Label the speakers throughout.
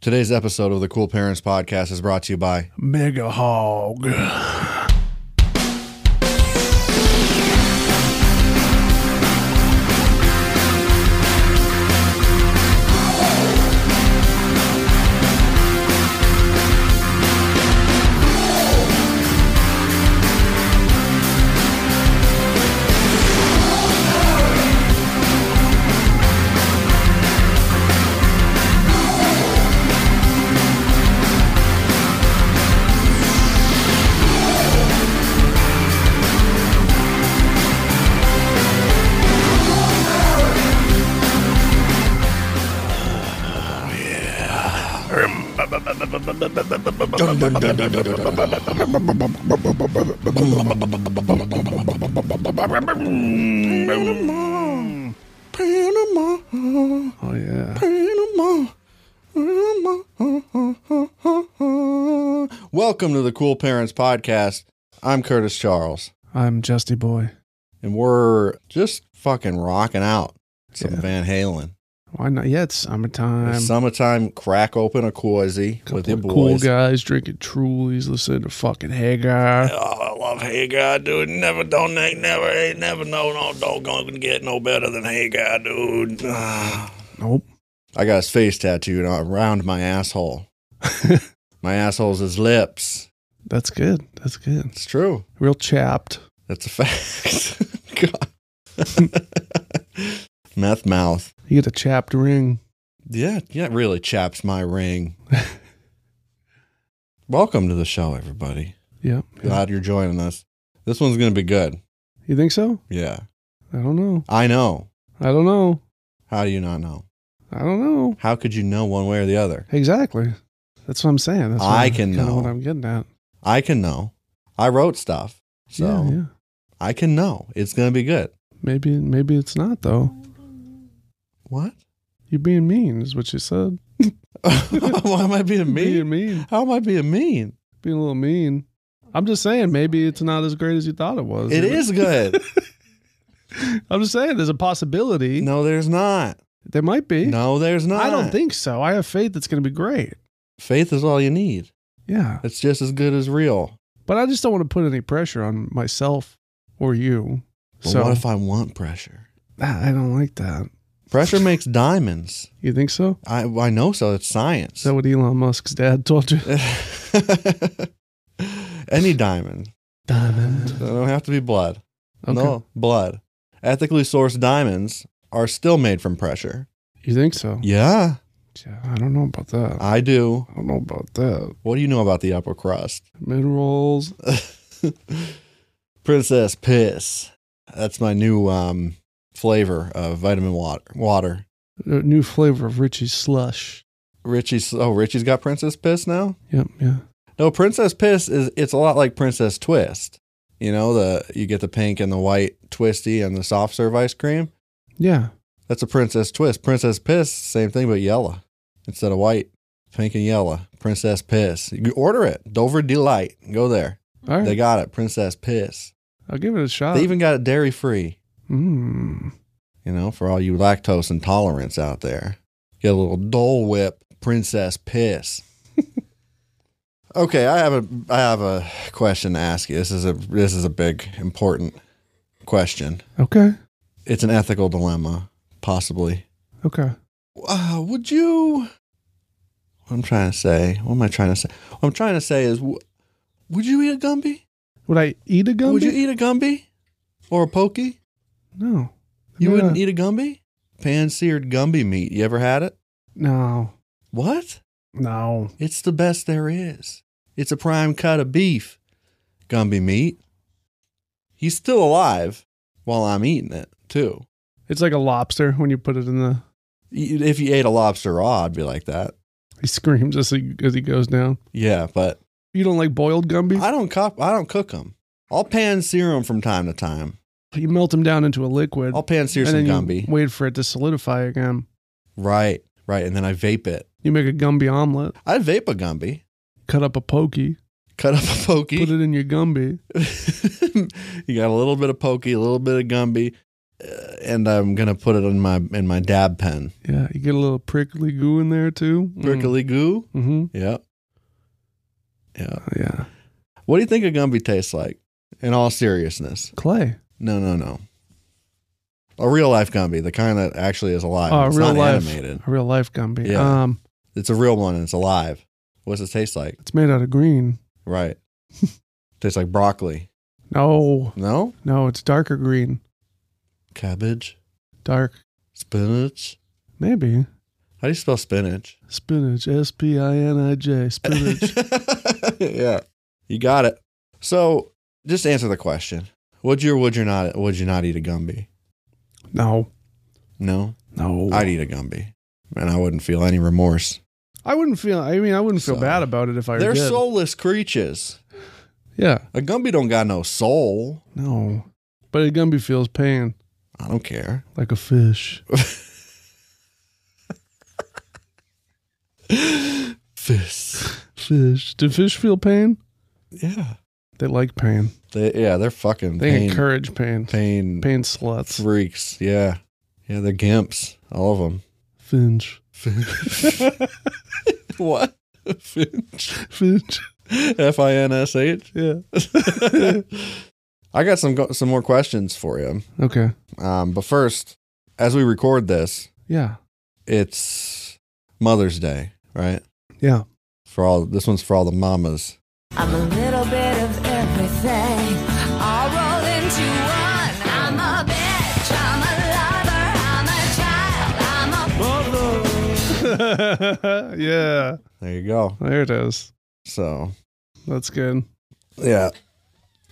Speaker 1: Today's episode of the Cool Parents Podcast is brought to you by
Speaker 2: Mega Hog.
Speaker 1: Panama.
Speaker 2: Oh yeah.
Speaker 1: Panama. Welcome to the Cool Parents Podcast. I'm Curtis Charles,
Speaker 2: I'm Justy Boy.
Speaker 1: and we're just fucking rocking out some
Speaker 2: Yeah.
Speaker 1: Van Halen.
Speaker 2: Why not? Yeah, it's summertime.
Speaker 1: It's summertime, crack open a cozy
Speaker 2: Couple
Speaker 1: with your
Speaker 2: of cool
Speaker 1: boys.
Speaker 2: guys drinking Trulies, listening to fucking Hagar.
Speaker 1: Oh, I love Hey God, dude. Never don't ain't never ain't never no no don't gonna get no better than Hey God, dude. I
Speaker 2: Nope.
Speaker 1: got his face tattooed on- around my asshole. my asshole's his lips.
Speaker 2: That's good. That's good.
Speaker 1: It's true.
Speaker 2: Real chapped.
Speaker 1: That's a fact. God. Meth mouth.
Speaker 2: You get a chapped ring.
Speaker 1: Yeah, yeah, it really chaps my ring. Welcome to the show, everybody.
Speaker 2: Yep. Yeah.
Speaker 1: Glad you're joining us. This one's gonna be good.
Speaker 2: You think so?
Speaker 1: Yeah.
Speaker 2: I don't know.
Speaker 1: I know.
Speaker 2: I don't know.
Speaker 1: How do you not know?
Speaker 2: I don't know.
Speaker 1: How could you know one way or the other?
Speaker 2: Exactly. That's what I'm saying. That's what
Speaker 1: I
Speaker 2: I'm-
Speaker 1: can
Speaker 2: kinda
Speaker 1: know.
Speaker 2: what I'm getting at.
Speaker 1: I can know. I wrote stuff. So
Speaker 2: Yeah, yeah.
Speaker 1: I can know. It's going to be good.
Speaker 2: Maybe maybe it's not though.
Speaker 1: What?
Speaker 2: You're being mean is what you said.
Speaker 1: Why am I being mean?
Speaker 2: Being mean.
Speaker 1: How am I being mean?
Speaker 2: being a little mean. I'm just saying, maybe it's not as great as you thought it was.
Speaker 1: It is good.
Speaker 2: I'm just saying, there's a possibility.
Speaker 1: No, there's not.
Speaker 2: There might be.
Speaker 1: No, there's not.
Speaker 2: I don't think so. I have faith that's going to be great.
Speaker 1: faith is all you need.
Speaker 2: Yeah.
Speaker 1: It's just as good as real.
Speaker 2: But I just don't want to put any pressure on myself or you.
Speaker 1: But
Speaker 2: so
Speaker 1: what if I want pressure?
Speaker 2: Ah, I don't like that.
Speaker 1: Pressure makes diamonds.
Speaker 2: You think so?
Speaker 1: I I know so. It's science.
Speaker 2: Is that what Elon Musk's dad told you?
Speaker 1: Any diamond. They
Speaker 2: Diamond.
Speaker 1: don't have to be blood.
Speaker 2: Okay.
Speaker 1: No, blood. Ethically sourced diamonds are still made from pressure.
Speaker 2: You think so?
Speaker 1: Yeah,
Speaker 2: Yeah, I don't know about that.
Speaker 1: I do.
Speaker 2: I don't know about that.
Speaker 1: What do you know about the upper crust?
Speaker 2: Minerals.
Speaker 1: Princess piss. That's my new um, flavor of vitamin water. Water.
Speaker 2: A new flavor of Richie's slush.
Speaker 1: Richie's. Oh, Richie's got princess piss now.
Speaker 2: Yep. Yeah.
Speaker 1: No, princess piss is. It's a lot like princess twist. You know the you get the pink and the white twisty and the soft serve ice cream.
Speaker 2: Yeah.
Speaker 1: That's a princess twist. Princess piss, same thing, but yellow instead of white, pink and yellow. Princess piss. You can order it. Dover Delight. Go there.
Speaker 2: All right. Oh.
Speaker 1: They got it. Princess piss.
Speaker 2: I'll give it a shot.
Speaker 1: they even got it dairy free.
Speaker 2: Mm.
Speaker 1: You know, for all you lactose intolerance out there, get a little Dole Whip. Princess piss. okay, I have a I have a question to ask you. This is a this is a big important question.
Speaker 2: Okay.
Speaker 1: It's an ethical dilemma, possibly.
Speaker 2: Okay.
Speaker 1: uh, would you what i'm trying to say what am i trying to say what i'm trying to say is w- would you eat a gumby?
Speaker 2: Would I eat a gumby?
Speaker 1: would you eat a gumby or a pokey
Speaker 2: No.
Speaker 1: you
Speaker 2: Yeah.
Speaker 1: wouldn't eat a gumby pan-seared gumby meat you ever had it
Speaker 2: No.
Speaker 1: what
Speaker 2: No.
Speaker 1: it's the best there is it's a prime cut of beef gumby meat he's still alive while i'm eating it too
Speaker 2: It's like a lobster when you put it in the.
Speaker 1: Y- if you ate a lobster raw i'd be like that
Speaker 2: He screams as he as he goes down.
Speaker 1: yeah but
Speaker 2: You don't like boiled gumby?
Speaker 1: I don't cop. I don't cook them. I'll pan sear them from time to time.
Speaker 2: you melt them down into a liquid.
Speaker 1: I'll pan sear
Speaker 2: and
Speaker 1: some
Speaker 2: then you
Speaker 1: gumby.
Speaker 2: wait for it to solidify again.
Speaker 1: Right, right, and then I vape it.
Speaker 2: You make a gumby omelet.
Speaker 1: I vape a gumby.
Speaker 2: Cut up a pokey.
Speaker 1: Cut up a pokey.
Speaker 2: Put it in your gumby.
Speaker 1: you got a little bit of pokey, a little bit of gumby. uh, and I'm gonna put it in my in my dab pen.
Speaker 2: Yeah, you get a little prickly goo in there too. Mm.
Speaker 1: Prickly goo.
Speaker 2: Mm-hmm. Oh,
Speaker 1: Yep. Yeah.
Speaker 2: Yeah.
Speaker 1: What do you think a Gumby tastes like? In all seriousness.
Speaker 2: Clay.
Speaker 1: No, no, no. A real life Gumby, the kind that actually is alive.
Speaker 2: Oh,
Speaker 1: it's
Speaker 2: real
Speaker 1: not
Speaker 2: life.
Speaker 1: animated.
Speaker 2: A real life Gumby.
Speaker 1: Yeah.
Speaker 2: Um,
Speaker 1: It's a real one and it's alive. What's it taste like?
Speaker 2: it's made out of green.
Speaker 1: Right. tastes like broccoli.
Speaker 2: No,
Speaker 1: No?
Speaker 2: no, it's darker green.
Speaker 1: Cabbage?
Speaker 2: Dark.
Speaker 1: Spinach?
Speaker 2: Maybe.
Speaker 1: How do you spell spinach?
Speaker 2: Spinach. S P I N I J. Spinach.
Speaker 1: yeah. You got it. So just answer the question. Would you or would you not would you not eat a Gumby?
Speaker 2: no.
Speaker 1: No?
Speaker 2: No.
Speaker 1: I'd eat a Gumby. And I wouldn't feel any remorse.
Speaker 2: I wouldn't feel I mean I wouldn't feel
Speaker 1: So-
Speaker 2: bad about it if I
Speaker 1: They're
Speaker 2: did.
Speaker 1: soulless creatures.
Speaker 2: Yeah.
Speaker 1: A Gumby don't got no soul.
Speaker 2: No. But a Gumby feels pain
Speaker 1: I don't care.
Speaker 2: like a fish.
Speaker 1: Fists.
Speaker 2: Fish. Do fish feel pain?
Speaker 1: Yeah.
Speaker 2: They like pain.
Speaker 1: They, yeah, they're fucking
Speaker 2: They
Speaker 1: pain,
Speaker 2: encourage pain.
Speaker 1: pain,
Speaker 2: Pain sluts.
Speaker 1: freaks. Yeah. Yeah, they're gimps. All of them.
Speaker 2: Finch.
Speaker 1: what? Finch.
Speaker 2: Finch.
Speaker 1: F I N S H.
Speaker 2: Yeah.
Speaker 1: I got some go- some more questions for you.
Speaker 2: Okay.
Speaker 1: Um, but first, as we record this,
Speaker 2: Yeah.
Speaker 1: it's Mother's Day, right?
Speaker 2: Yeah.
Speaker 1: For all this one's for all the mamas.
Speaker 3: I'm a little bit of everything. All rolled into one. I'm a bitch. I'm a lover. I'm a child. I'm a
Speaker 2: yeah.
Speaker 1: There you go.
Speaker 2: There it is.
Speaker 1: So
Speaker 2: That's good.
Speaker 1: yeah.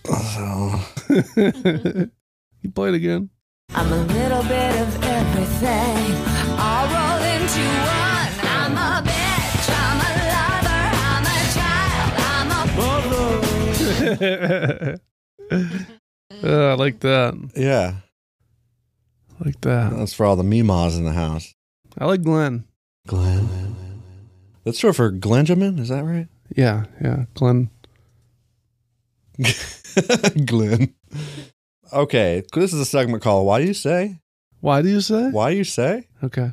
Speaker 1: So
Speaker 2: you played again.
Speaker 3: I'm a little bit of everything. All rolled into one. I'm a bitch. I'm a lover. I'm a child. I'm a
Speaker 2: Uh, Oh, I like that.
Speaker 1: yeah,
Speaker 2: I like that.
Speaker 1: that's for all the memas in the house.
Speaker 2: I like Glenn.
Speaker 1: Glenn. That's short for Glenjamin. Is that right?
Speaker 2: Yeah, yeah, Glenn.
Speaker 1: Glenn. Okay, this is a segment called "Why Do You Say?"
Speaker 2: Why do you say?
Speaker 1: Why do you say?
Speaker 2: Okay.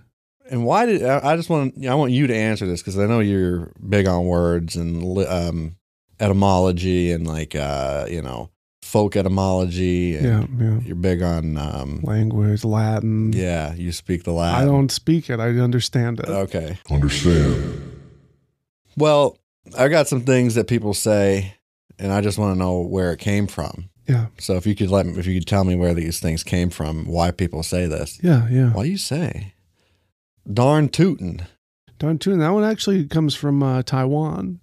Speaker 1: And why did I I just want I want you to answer this because I know you're big on words and li- um, etymology and like uh, you know folk etymology. And
Speaker 2: Yeah, yeah.
Speaker 1: You're big on um,
Speaker 2: Language, Latin.
Speaker 1: yeah. Uh, You speak the
Speaker 2: I
Speaker 1: Latin.
Speaker 2: don't speak it. I understand it.
Speaker 1: Okay.
Speaker 4: Understand.
Speaker 1: Well, I got some things that people say, and I just want to know where it came from.
Speaker 2: Yeah,
Speaker 1: So if you could let me, if you could tell me where these things came from, why people say this,
Speaker 2: yeah, yeah.
Speaker 1: why do you say, darn tootin'?
Speaker 2: Darn tune. That one actually comes from uh, Taiwan.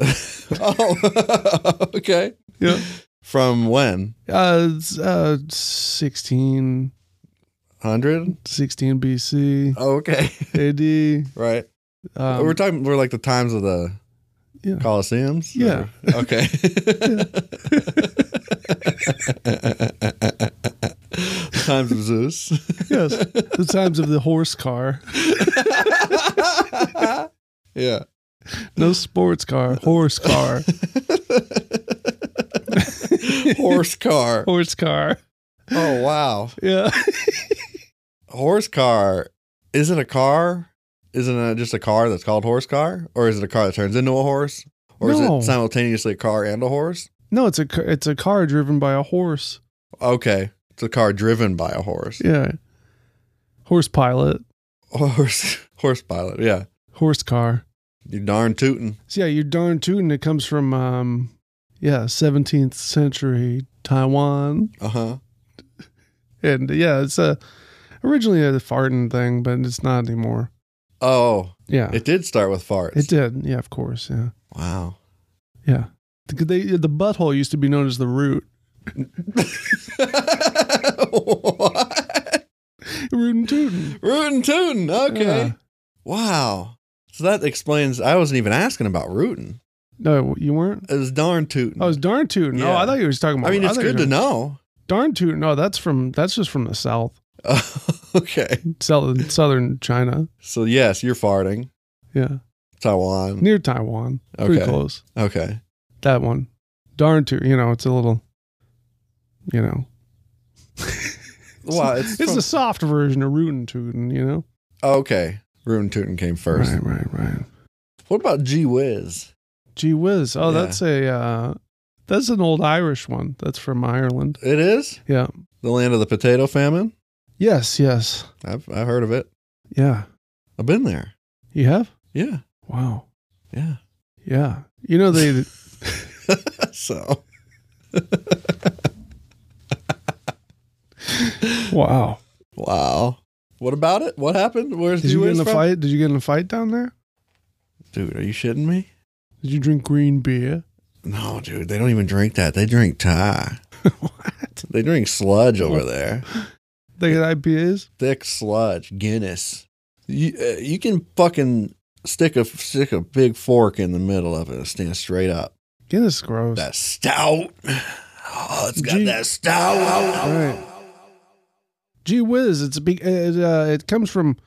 Speaker 1: oh, okay.
Speaker 2: yeah.
Speaker 1: From when?
Speaker 2: Uh, it's, uh, 16,
Speaker 1: 100?
Speaker 2: 16 BC,
Speaker 1: Oh, okay.
Speaker 2: AD.
Speaker 1: right.
Speaker 2: Um,
Speaker 1: we're talking, we're like the times of the
Speaker 2: Yeah.
Speaker 1: Colosseums?
Speaker 2: Yeah.
Speaker 1: Or- okay. times of Zeus.
Speaker 2: yes. The times of the horse car.
Speaker 1: yeah.
Speaker 2: No sports car, horse car.
Speaker 1: Horse car.
Speaker 2: horse car.
Speaker 1: Oh, wow.
Speaker 2: Yeah.
Speaker 1: Horse car. Is it a car? Is it a, just a car that's called horse car? Or is it a car that turns into a horse? Or is
Speaker 2: No.
Speaker 1: it simultaneously a car and a horse?
Speaker 2: No, it's a ca- it's a car driven by a horse.
Speaker 1: Okay. It's a car driven by a horse.
Speaker 2: Yeah. Horse pilot,
Speaker 1: Horse horse pilot. Yeah.
Speaker 2: horse car.
Speaker 1: You darn tootin'.
Speaker 2: So yeah, you're darn tootin' it comes from um yeah, 17th century Taiwan.
Speaker 1: Uh huh.
Speaker 2: And yeah, it's a originally a farting thing, but it's not anymore.
Speaker 1: Oh,
Speaker 2: Yeah. It,
Speaker 1: it did start with farts.
Speaker 2: did. Yeah, of course, yeah.
Speaker 1: Wow.
Speaker 2: Yeah. The, they, the butthole used to be known as the root.
Speaker 1: what?
Speaker 2: Root and tootin'.
Speaker 1: Rootin' tootin'. Okay.
Speaker 2: Yeah.
Speaker 1: Wow. So that explains. I wasn't even asking about rootin'.
Speaker 2: No, you weren't?
Speaker 1: It was darn tootin'.
Speaker 2: Oh, it's darn tootin'. Oh,
Speaker 1: Yeah.
Speaker 2: I thought you was talking about.
Speaker 1: I mean, it's
Speaker 2: thought you
Speaker 1: good
Speaker 2: were-
Speaker 1: to know.
Speaker 2: Darn tootin'. No, that's from that's just from the south,
Speaker 1: okay.
Speaker 2: southern southern China.
Speaker 1: So yes, you're farting.
Speaker 2: Yeah,
Speaker 1: Taiwan.
Speaker 2: near Taiwan. Pretty
Speaker 1: Okay.
Speaker 2: close.
Speaker 1: Okay.
Speaker 2: That one. Darn tootin'. You know, it's a little. You know,
Speaker 1: Well, it's,
Speaker 2: It's
Speaker 1: from-
Speaker 2: a soft version of Rootin' Tootin', you know?
Speaker 1: okay. Rune Tootin came first.
Speaker 2: Right, right, right.
Speaker 1: What about Gee Whiz?
Speaker 2: Gee whiz. Oh,
Speaker 1: Yeah.
Speaker 2: that's a uh, that's an old Irish one. That's from Ireland.
Speaker 1: It is
Speaker 2: Yeah.
Speaker 1: the land of the potato famine.
Speaker 2: Yes, yes.
Speaker 1: I've I've heard of it.
Speaker 2: Yeah.
Speaker 1: I've been there.
Speaker 2: You have?
Speaker 1: Yeah,
Speaker 2: Wow.
Speaker 1: yeah.
Speaker 2: Yeah. You know they
Speaker 1: so
Speaker 2: Wow.
Speaker 1: wow. What about it? What happened? Where's
Speaker 2: Did
Speaker 1: Gee
Speaker 2: you get
Speaker 1: Whiz
Speaker 2: in a
Speaker 1: from?
Speaker 2: fight? Did you get in a fight down there?
Speaker 1: Dude, are you shitting me?
Speaker 2: Did you drink green beer?
Speaker 1: No, dude. They don't even drink that. They drink Thai.
Speaker 2: what?
Speaker 1: They drink sludge over there.
Speaker 2: They got IPAs?
Speaker 1: thick sludge, Guinness. You uh, you can fucking stick a stick a big fork in the middle of it and stand straight up.
Speaker 2: Guinness is gross.
Speaker 1: That stout. Oh, it's got
Speaker 2: Gee.
Speaker 1: that stout.
Speaker 2: right. Gee whiz, it's a big. It, uh, it comes from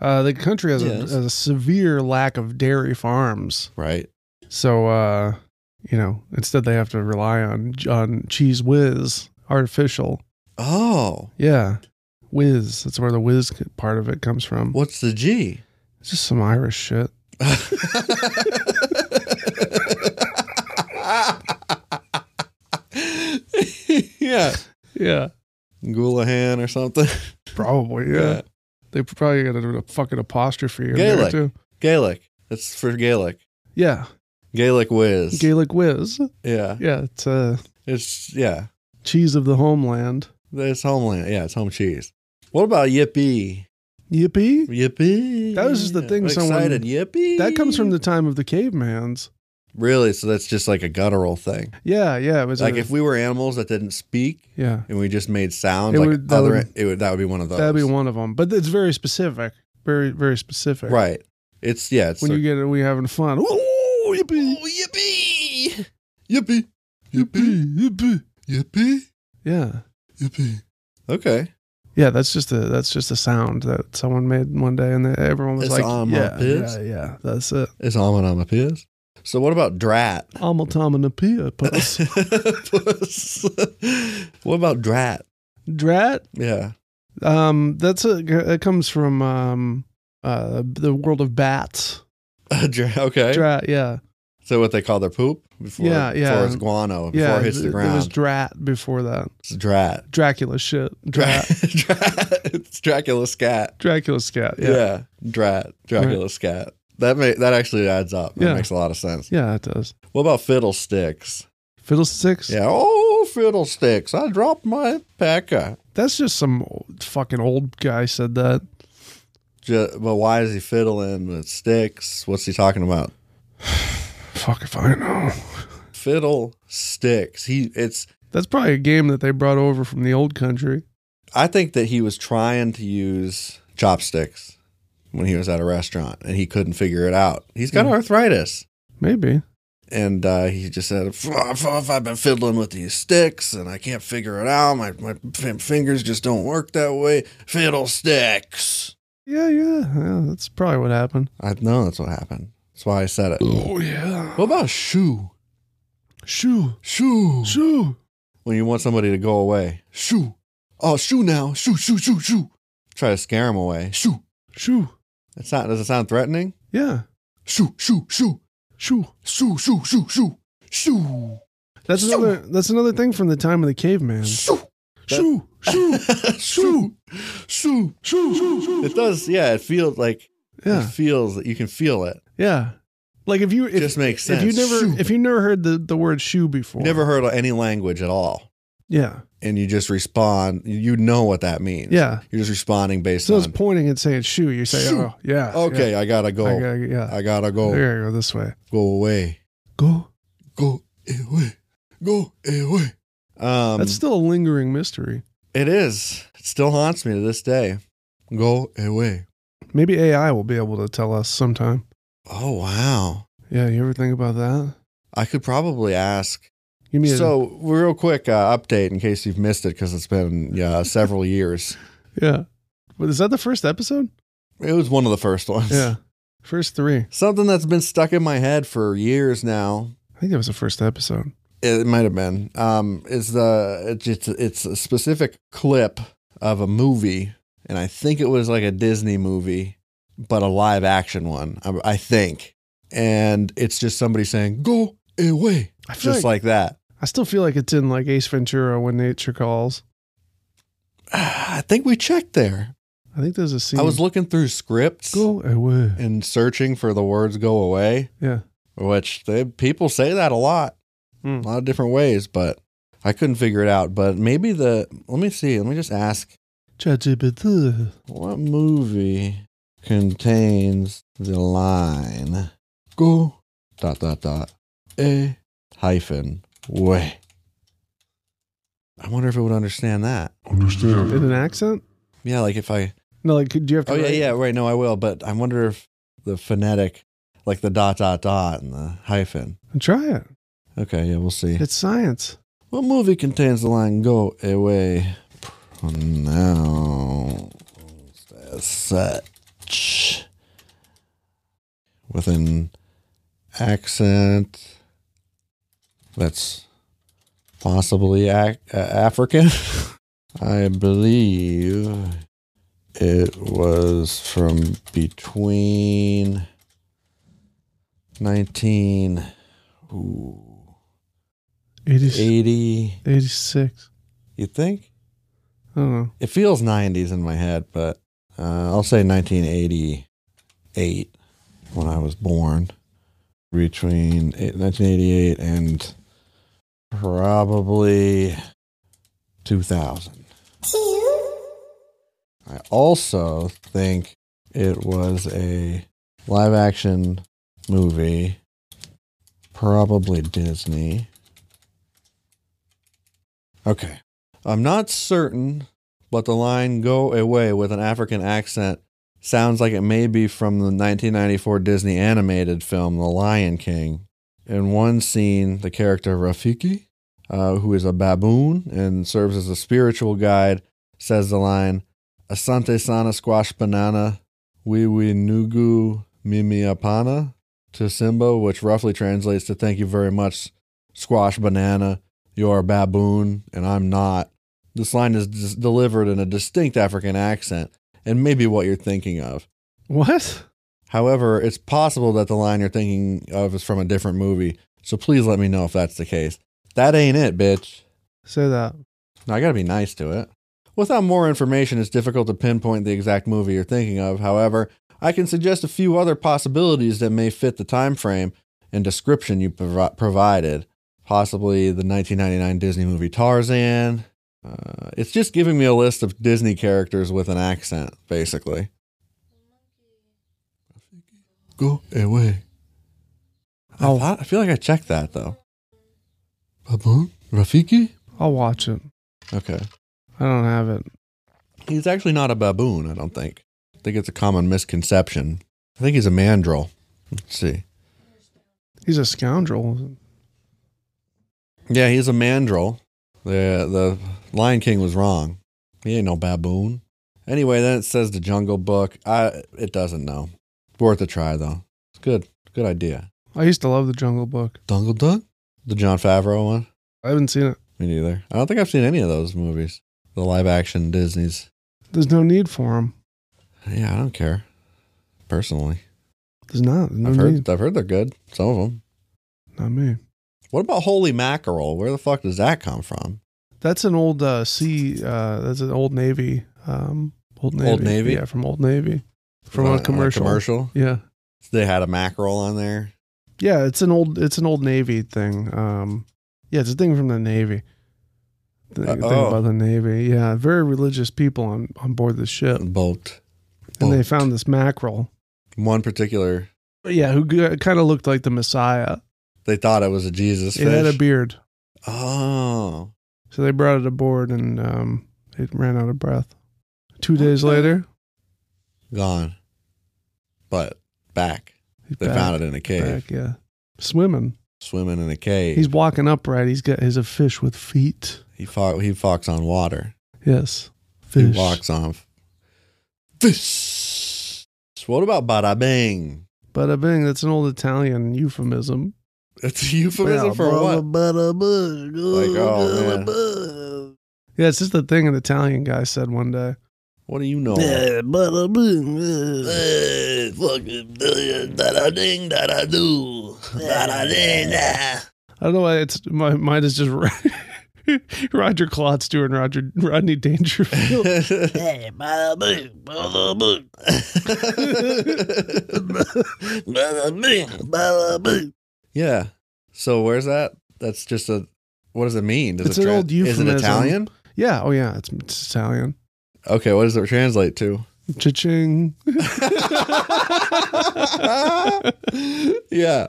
Speaker 2: uh, the country has
Speaker 1: Yes.
Speaker 2: a, a severe lack of dairy farms,
Speaker 1: Right.
Speaker 2: so uh, you know instead they have to rely on on cheese whiz, artificial.
Speaker 1: Oh,
Speaker 2: Yeah, whiz. That's where the whiz c- part of it comes from.
Speaker 1: what's the G?
Speaker 2: It's just some Irish shit.
Speaker 1: yeah,
Speaker 2: Yeah,
Speaker 1: Goulahan or something.
Speaker 2: probably. Yeah,
Speaker 1: Yeah.
Speaker 2: they probably got a, a fucking apostrophe in
Speaker 1: Gaelic.
Speaker 2: there too.
Speaker 1: Gaelic. That's for Gaelic.
Speaker 2: Yeah,
Speaker 1: Gaelic whiz.
Speaker 2: Gaelic whiz.
Speaker 1: yeah,
Speaker 2: Yeah, it's uh,
Speaker 1: it's yeah.
Speaker 2: cheese of the homeland.
Speaker 1: It's homeland. Yeah, it's home cheese. What about yippee?
Speaker 2: Yippee.
Speaker 1: Yippee.
Speaker 2: That was just the thing
Speaker 1: I'm
Speaker 2: someone-
Speaker 1: excited. Yippee.
Speaker 2: That comes from the time of the cavemans.
Speaker 1: really. So that's just like a guttural thing.
Speaker 2: Yeah, yeah. It was
Speaker 1: Like
Speaker 2: a-
Speaker 1: if we were animals that didn't speak
Speaker 2: yeah,
Speaker 1: and we just made sounds,
Speaker 2: It
Speaker 1: like
Speaker 2: would- that
Speaker 1: other,
Speaker 2: would-
Speaker 1: it would that would be one of those.
Speaker 2: that'd be one of them. But it's very specific, very very specific.
Speaker 1: Right. It's yeah. It's
Speaker 2: When you get it, we having fun. Ooh, yippee,
Speaker 1: oh, yippee, yippee, yippee,
Speaker 2: yippee.
Speaker 1: yippee,
Speaker 2: Yeah,
Speaker 1: yippee. Okay.
Speaker 2: yeah. That's just a that's just a sound that someone made one day, and then everyone was
Speaker 1: It's
Speaker 2: like,
Speaker 1: on my
Speaker 2: yeah,
Speaker 1: piss."
Speaker 2: yeah, yeah. That's it.
Speaker 1: It's amanamapias. So what about drat?
Speaker 2: Amatamana puss.
Speaker 1: what about drat?
Speaker 2: Drat.
Speaker 1: Yeah.
Speaker 2: Um, that's a that comes from um uh the world of bats.
Speaker 1: Dra- okay.
Speaker 2: Drat. Yeah,
Speaker 1: So what they call their poop before,
Speaker 2: Yeah, yeah.
Speaker 1: before it's guano, before
Speaker 2: yeah.
Speaker 1: it hits the
Speaker 2: th- There was
Speaker 1: ground.
Speaker 2: drat before that.
Speaker 1: it's drat.
Speaker 2: Dracula shit. Drat.
Speaker 1: drat. It's Dracula scat.
Speaker 2: Dracula scat.
Speaker 1: Yeah.
Speaker 2: Yeah. yeah.
Speaker 1: Drat. Dracula scat. That may, that actually adds up. That
Speaker 2: Yeah.
Speaker 1: makes a lot of sense.
Speaker 2: it does.
Speaker 1: What about fiddlesticks?
Speaker 2: Fiddlesticks.
Speaker 1: Yeah. Oh, fiddlesticks. I dropped my pecker.
Speaker 2: That's just some old, fucking old guy said that.
Speaker 1: Ju- but why is he fiddling with sticks? What's he talking about?
Speaker 2: Fuck if I know.
Speaker 1: Fiddle sticks. He it's
Speaker 2: That's probably a game that they brought over from the old country.
Speaker 1: I think that he was trying to use chopsticks when he was at a restaurant and he couldn't figure it out. He's got
Speaker 2: Yeah.
Speaker 1: arthritis.
Speaker 2: Maybe.
Speaker 1: And uh, he just said, "F- f- f- I've been fiddling with these sticks and I can't figure it out. My, my f- fingers just don't work that way. Fiddlesticks.
Speaker 2: Yeah, yeah, yeah. That's probably what happened.
Speaker 1: I know that's what happened. That's why I said it.
Speaker 2: Oh yeah.
Speaker 1: What about shoe?
Speaker 2: Shoo,
Speaker 1: Shoe.
Speaker 2: shoo.
Speaker 1: When you want somebody to go away. Shoe. Oh, shoe now. Shoe, shoe, shoe, shoe. Try to scare them away. Shoe.
Speaker 2: Shoo.
Speaker 1: It's not, does it sound threatening?
Speaker 2: Yeah.
Speaker 1: Shoo, shoo, shoo,
Speaker 2: Shoo.
Speaker 1: shoo, shoo, shoo, shoo, shoo,
Speaker 2: That's
Speaker 1: Shoo.
Speaker 2: another that's another thing from the time of the caveman.
Speaker 1: shoo,
Speaker 2: Shoo.
Speaker 1: shoo,
Speaker 2: Shoo.
Speaker 1: shoo,
Speaker 2: Shoo. Shoo. Shoo.
Speaker 1: It does, yeah. It feels like it
Speaker 2: Yeah.
Speaker 1: feels that you can feel it.
Speaker 2: Yeah. Like if you
Speaker 1: It
Speaker 2: if,
Speaker 1: just makes sense.
Speaker 2: if you never
Speaker 1: Shoo.
Speaker 2: if you never heard the, the word shoe
Speaker 1: You
Speaker 2: before.
Speaker 1: never heard any language at all,
Speaker 2: Yeah.
Speaker 1: and you just respond, you know what that means.
Speaker 2: Yeah.
Speaker 1: you're just responding based
Speaker 2: So it's
Speaker 1: on.
Speaker 2: pointing and saying shoe. You say,
Speaker 1: Shoo.
Speaker 2: oh, yeah.
Speaker 1: Okay,
Speaker 2: yeah,
Speaker 1: I gotta go.
Speaker 2: I gotta, yeah.
Speaker 1: I gotta go.
Speaker 2: There you go. This way.
Speaker 1: Go away.
Speaker 2: Go.
Speaker 1: Go away. Go away. Um,
Speaker 2: That's still a lingering mystery.
Speaker 1: it is. It still haunts me to this day. Go away.
Speaker 2: Maybe AI will be able to tell us sometime.
Speaker 1: Oh wow.
Speaker 2: Yeah. You ever think about that?
Speaker 1: I could probably ask.
Speaker 2: Give me a-
Speaker 1: So, real quick uh, update in case you've missed it because it's been yeah, several years.
Speaker 2: yeah. But is that the first episode?
Speaker 1: It was one of the first ones.
Speaker 2: Yeah. First three.
Speaker 1: Something that's been stuck in my head for years now.
Speaker 2: I think that was the first episode.
Speaker 1: It might have been. Um, is the it's it's a specific clip of a movie, and I think it was like a Disney movie, but a live action one, I, I think. And it's just somebody saying, go away,
Speaker 2: I feel
Speaker 1: just like
Speaker 2: like,
Speaker 1: that.
Speaker 2: I still feel like it's in like Ace Ventura when nature calls.
Speaker 1: I think we checked there.
Speaker 2: I think there's a scene.
Speaker 1: I was looking through scripts
Speaker 2: go away.
Speaker 1: and searching for the words go away,
Speaker 2: Yeah.
Speaker 1: which they, people say that a lot,
Speaker 2: Hmm.
Speaker 1: a lot of different ways, but I couldn't figure it out. But maybe the, let me see, let me just ask
Speaker 2: ChatGPT.
Speaker 1: What movie contains the line go dot dot dot a hyphen way? I wonder if it would understand that.
Speaker 2: In an accent?
Speaker 1: Yeah, like if I
Speaker 2: No, like do you have to?
Speaker 1: Oh yeah,
Speaker 2: write-
Speaker 1: yeah, right, no I will, but I wonder if the phonetic like the dot dot dot and the hyphen.
Speaker 2: Try it.
Speaker 1: Okay, yeah, we'll see.
Speaker 2: It's science.
Speaker 1: What movie contains the line "Go away"? Oh, Pronounced as such, with an accent that's possibly ac- uh, African. I believe it was from between nineteen. Ooh.
Speaker 2: 80,
Speaker 1: 80
Speaker 2: 86.
Speaker 1: you think
Speaker 2: I don't know.
Speaker 1: it feels 90s in my head but uh, i'll say 1988 when i was born between eight- 1988 and probably 2000 i also think it was a live action movie probably disney okay i'm not certain but the line go away with an African accent sounds like it may be from the 1994 Disney animated film The Lion King. In one scene, the character Rafiki, uh, who is a baboon and serves as a spiritual guide, says the line Asante sana squash banana, wiwi nugu mimi apana to Simba, which roughly translates to thank you very much, squash banana, you're a baboon, and I'm not. This line is dis- delivered in a distinct African accent and maybe what you're thinking of.
Speaker 2: What?
Speaker 1: However, it's possible that the line you're thinking of is from a different movie, so please let me know if that's the case. That ain't it, bitch.
Speaker 2: Say that.
Speaker 1: Now, I gotta be nice to it. Without more information, it's difficult to pinpoint the exact movie you're thinking of. However, I can suggest a few other possibilities that may fit the time frame and description you provi- provided. Possibly the 1999 Disney movie Tarzan. Uh, it's just giving me a list of Disney characters with an accent, basically. Go away. I, thought- I feel like I checked that though. Baboon? Rafiki?
Speaker 2: I'll watch it.
Speaker 1: Okay.
Speaker 2: I don't have it.
Speaker 1: He's actually not a baboon, I don't think. I think it's a common misconception. I think he's a mandrill. Let's see.
Speaker 2: He's a scoundrel.
Speaker 1: Yeah, he's a mandrill. The the Lion King was wrong. He ain't no baboon. Anyway, then it says the Jungle Book. I it doesn't know. Worth a try though. It's good. Good idea.
Speaker 2: I used to love the Jungle Book.
Speaker 1: Dungle Dunk? The John Favreau one?
Speaker 2: I haven't seen it.
Speaker 1: Me neither. I don't think I've seen any of those movies. The live action Disney's.
Speaker 2: There's no need for him.
Speaker 1: Yeah, I don't care. Personally.
Speaker 2: There's not. There's no
Speaker 1: I've
Speaker 2: need.
Speaker 1: heard I've heard they're good. Some of them.
Speaker 2: Not me.
Speaker 1: What about holy mackerel? Where the fuck does that come from?
Speaker 2: That's an old uh, sea. Uh, that's an old Navy. Um, old Navy.
Speaker 1: Navy?
Speaker 2: Yeah, from Old Navy. From
Speaker 1: On on
Speaker 2: a commercial.
Speaker 1: Uh, commercial.
Speaker 2: Yeah.
Speaker 1: They had a mackerel on there.
Speaker 2: Yeah, it's an old it's an old Navy thing. Um, yeah, it's a thing from the Navy. The
Speaker 1: Uh,
Speaker 2: thing
Speaker 1: oh.
Speaker 2: about the Navy. Yeah, very religious people on, on board the ship,
Speaker 1: Boat.
Speaker 2: and they
Speaker 1: Boat.
Speaker 2: found this mackerel.
Speaker 1: one particular.
Speaker 2: Yeah, who kind of looked like the Messiah.
Speaker 1: They thought it was a Jesus
Speaker 2: It had a
Speaker 1: fish.
Speaker 2: beard,
Speaker 1: oh,
Speaker 2: so they brought it aboard, and um, it ran out of breath. Two days later,
Speaker 1: gone. But back.
Speaker 2: he's
Speaker 1: They
Speaker 2: back,
Speaker 1: found it in a cave.
Speaker 2: back, yeah, swimming.
Speaker 1: Swimming in a cave.
Speaker 2: He's walking upright. He's got he's a fish with feet.
Speaker 1: he fo- he fox on water.
Speaker 2: Yes, fish.
Speaker 1: He walks on f- fish. What about bada bing?
Speaker 2: Bada bing. That's an old Italian euphemism.
Speaker 1: It's a euphemism
Speaker 2: Yeah,
Speaker 1: for
Speaker 2: bada
Speaker 1: what?
Speaker 2: bada bing.
Speaker 1: Like, oh,
Speaker 2: Bada Yeah, it's just the thing an Italian guy said one day.
Speaker 1: What do you know?
Speaker 2: I don't know why it's my mind is just Ro- Roger Klotz doing Roger Rodney Dangerfield.
Speaker 1: yeah. So where's that? That's just a. What does it mean? Does
Speaker 2: It's
Speaker 1: it
Speaker 2: an old
Speaker 1: Is
Speaker 2: euphemism.
Speaker 1: it Italian?
Speaker 2: yeah, oh yeah, it's, it's Italian.
Speaker 1: Okay. What does it translate to?
Speaker 2: Cha-ching.
Speaker 1: yeah.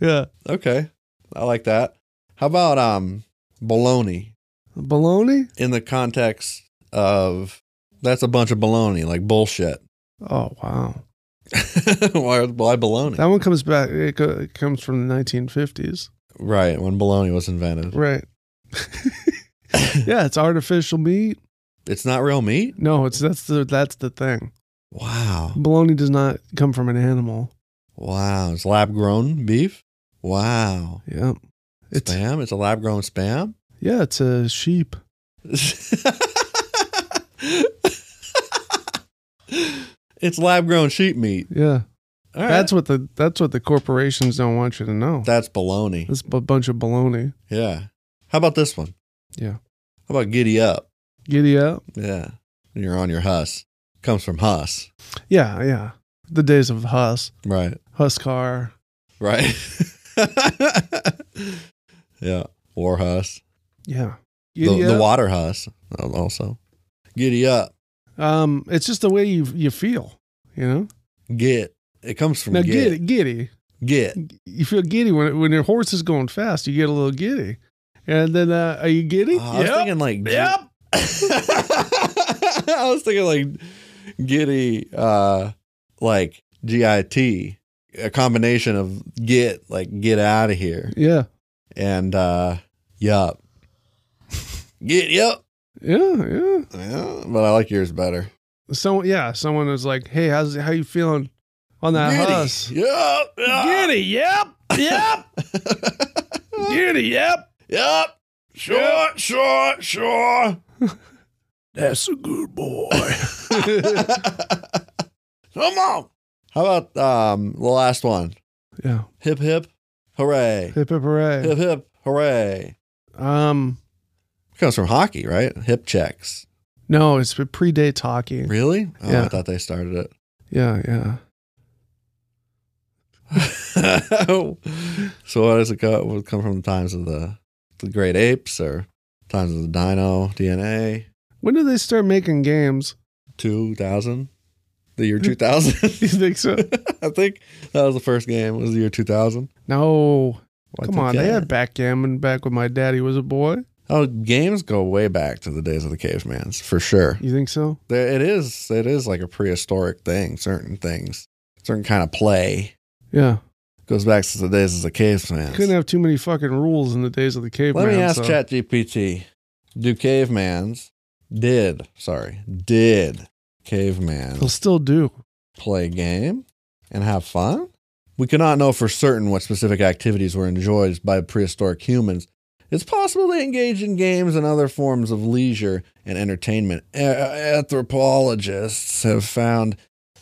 Speaker 2: yeah,
Speaker 1: Okay. I like that. How about um baloney
Speaker 2: baloney.
Speaker 1: in the context of that's a bunch of baloney, like bullshit.
Speaker 2: Oh wow,
Speaker 1: why why baloney?
Speaker 2: that one comes back. It, co- it comes from the 1950s,
Speaker 1: right, when baloney was invented.
Speaker 2: right? yeah, it's artificial meat.
Speaker 1: It's not real meat?
Speaker 2: No, it's that's the that's the thing.
Speaker 1: Wow.
Speaker 2: Baloney does not come from an animal.
Speaker 1: Wow. It's lab grown beef? Wow.
Speaker 2: Yeah, it's
Speaker 1: spam? It's a lab grown spam?
Speaker 2: yeah, it's a sheep.
Speaker 1: it's lab grown sheep meat.
Speaker 2: Yeah,
Speaker 1: All right.
Speaker 2: that's what the that's what the corporations don't want you to know.
Speaker 1: that's baloney.
Speaker 2: It's a bunch of baloney.
Speaker 1: Yeah. How about this one?
Speaker 2: Yeah.
Speaker 1: How about giddy up?
Speaker 2: Giddy up.
Speaker 1: Yeah. You're on your huss. Comes from huss.
Speaker 2: Yeah, yeah. The days of Huss,
Speaker 1: Right.
Speaker 2: Huskar.
Speaker 1: Right. yeah. War huss.
Speaker 2: Yeah.
Speaker 1: The,
Speaker 2: Giddy
Speaker 1: the
Speaker 2: up.
Speaker 1: water huss um, also. Giddy up.
Speaker 2: um, it's just the way you you feel. You know.
Speaker 1: Get. It comes from
Speaker 2: Now
Speaker 1: get.
Speaker 2: giddy, giddy.
Speaker 1: Get.
Speaker 2: You feel giddy when when your horse is going fast. You get a little giddy, and then uh, are you giddy?
Speaker 1: Oh, I was thinking like.
Speaker 2: Yep.
Speaker 1: I was thinking like giddy, uh, like G I T, a combination of get, like get out of here.
Speaker 2: Yeah.
Speaker 1: and uh yup. Get yup.
Speaker 2: Yeah. Yeah.
Speaker 1: Yeah, but I like yours better.
Speaker 2: So yeah, someone was like, "Hey, how's how you feeling on that
Speaker 1: Giddy.
Speaker 2: Huss?"
Speaker 1: Yup. yup.
Speaker 2: Giddy. Yep. Yep. giddy. Yep.
Speaker 1: Yup. Sure, sure, sure.
Speaker 2: That's a good boy.
Speaker 1: Come on. How about um the last one?
Speaker 2: yeah.
Speaker 1: Hip hip hooray.
Speaker 2: Hip hip hooray.
Speaker 1: Hip hip hooray.
Speaker 2: Um,
Speaker 1: Comes from hockey, right? Hip checks.
Speaker 2: no, it's it predates hockey.
Speaker 1: Really? Oh, I
Speaker 2: Yeah.
Speaker 1: thought they started it.
Speaker 2: Yeah, yeah.
Speaker 1: so what does it go? Would it come from the times of the the great apes or times of the dino DNA?
Speaker 2: When did they start making games?
Speaker 1: Two thousand, the
Speaker 2: Mm.
Speaker 1: year two thousand.
Speaker 2: You think so?
Speaker 1: I think that was the first game. Was the year two thousand?
Speaker 2: No. Come on, they had backgammon back when my daddy was a boy.
Speaker 1: oh games go way back to the days of the cavemans for sure.
Speaker 2: You think so?
Speaker 1: There, it is it is like a prehistoric thing. Certain things, certain kind of play
Speaker 2: Yeah.
Speaker 1: goes back to the days of the
Speaker 2: Couldn't
Speaker 1: cavemans.
Speaker 2: have too many fucking rules in the days of the caveman.
Speaker 1: Let me ask
Speaker 2: so-
Speaker 1: ChatGPT. Do cavemans did sorry did
Speaker 2: They'll
Speaker 1: caveman
Speaker 2: still do.
Speaker 1: play game and have fun? We cannot know for certain what specific activities were enjoyed by prehistoric humans. It's possible they engaged in games and other forms of leisure and entertainment. A- anthropologists have found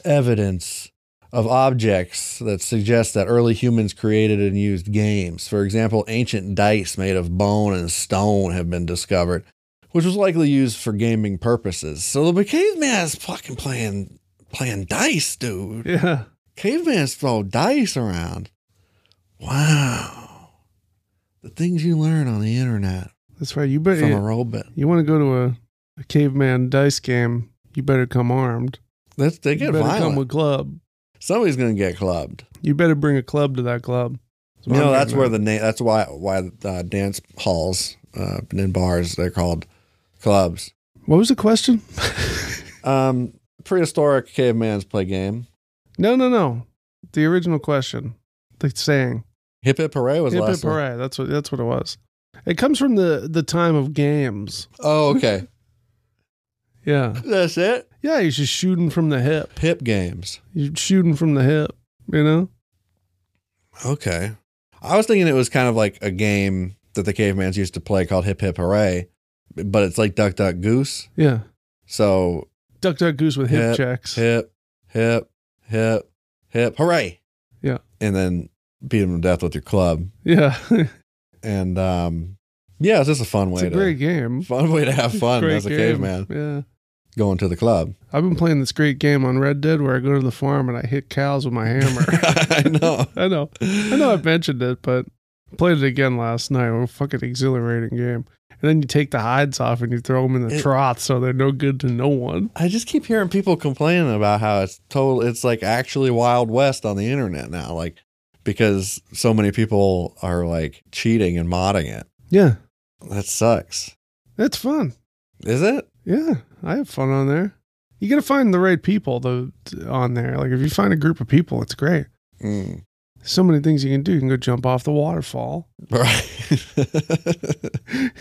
Speaker 1: evidence of objects that suggest that early humans created and used games. For example, ancient dice made of bone and stone have been discovered, which was likely used for gaming purposes. So the caveman's fucking playing playing dice, dude.
Speaker 2: Yeah.
Speaker 1: Cavemen throw dice around. Wow. The things you learn on the internet
Speaker 2: That's right. You
Speaker 1: from a
Speaker 2: better
Speaker 1: robot.
Speaker 2: you want to go to a, a caveman dice game, you better come armed.
Speaker 1: That's, they
Speaker 2: you
Speaker 1: get
Speaker 2: better come
Speaker 1: violent.
Speaker 2: with club.
Speaker 1: Somebody's gonna get clubbed.
Speaker 2: You better bring a club to that club.
Speaker 1: You know that's where the name. That's why why uh, dance halls uh, and bars they're called clubs.
Speaker 2: What was the question?
Speaker 1: Um, prehistoric caveman's play game.
Speaker 2: No, no, no. The original question, the saying,
Speaker 1: Hip hip hooray was
Speaker 2: hip hip
Speaker 1: last. one.
Speaker 2: hooray. That's what that's what it was. It comes from the the time of games.
Speaker 1: Oh, okay.
Speaker 2: Yeah,
Speaker 1: that's it.
Speaker 2: yeah. You're just shooting from the hip.
Speaker 1: Pip games.
Speaker 2: You're shooting from the hip. You know.
Speaker 1: Okay. I was thinking it was kind of like a game that the cavemans used to play called Hip Hip Hooray, but it's like duck, duck, goose.
Speaker 2: Yeah.
Speaker 1: So
Speaker 2: Duck Duck Goose with hip
Speaker 1: Hip,
Speaker 2: checks.
Speaker 1: hip, hip, hip, hip, hooray.
Speaker 2: Yeah.
Speaker 1: And then beat them to death with your club.
Speaker 2: Yeah.
Speaker 1: And um, yeah, it's just a fun
Speaker 2: it's
Speaker 1: way
Speaker 2: a
Speaker 1: to
Speaker 2: great game.
Speaker 1: fun way to have fun
Speaker 2: Great
Speaker 1: as a
Speaker 2: game.
Speaker 1: caveman
Speaker 2: Yeah.
Speaker 1: going to the club.
Speaker 2: I've been playing this great game on Red Dead where I go to the farm and I hit cows with my hammer.
Speaker 1: I know.
Speaker 2: I know. I know I've mentioned it, but played it again last night. What a fucking exhilarating game. And then you take the hides off and you throw them in the
Speaker 1: It-
Speaker 2: trough so they're no good to no one.
Speaker 1: I just keep hearing people complaining about how it's total. It's like actually Wild West on the internet now, like because so many people are like cheating and modding it.
Speaker 2: Yeah.
Speaker 1: That sucks.
Speaker 2: That's fun.
Speaker 1: Is it?
Speaker 2: Yeah, I have fun on there. You gotta find the right people though t- on there. Like if you find a group of people, it's great.
Speaker 1: Mm.
Speaker 2: So many things you can do. You can go jump off the waterfall.
Speaker 1: Right.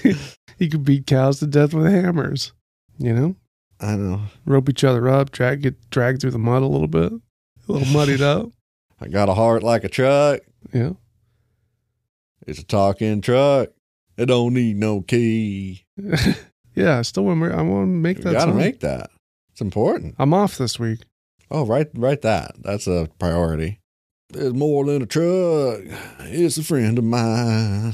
Speaker 2: you can beat cows to death with hammers. You know,
Speaker 1: I know.
Speaker 2: rope each other up, drag get dragged through the mud a little bit, a little muddied up.
Speaker 1: I got a heart like a truck.
Speaker 2: Yeah,
Speaker 1: It's a talking truck. It don't need no key.
Speaker 2: yeah. I still want. I want to make
Speaker 1: You
Speaker 2: that.
Speaker 1: gotta
Speaker 2: song.
Speaker 1: make that. It's important.
Speaker 2: I'm off this week.
Speaker 1: Oh, right, right. That that's a priority. It's more than a truck. It's a friend of mine.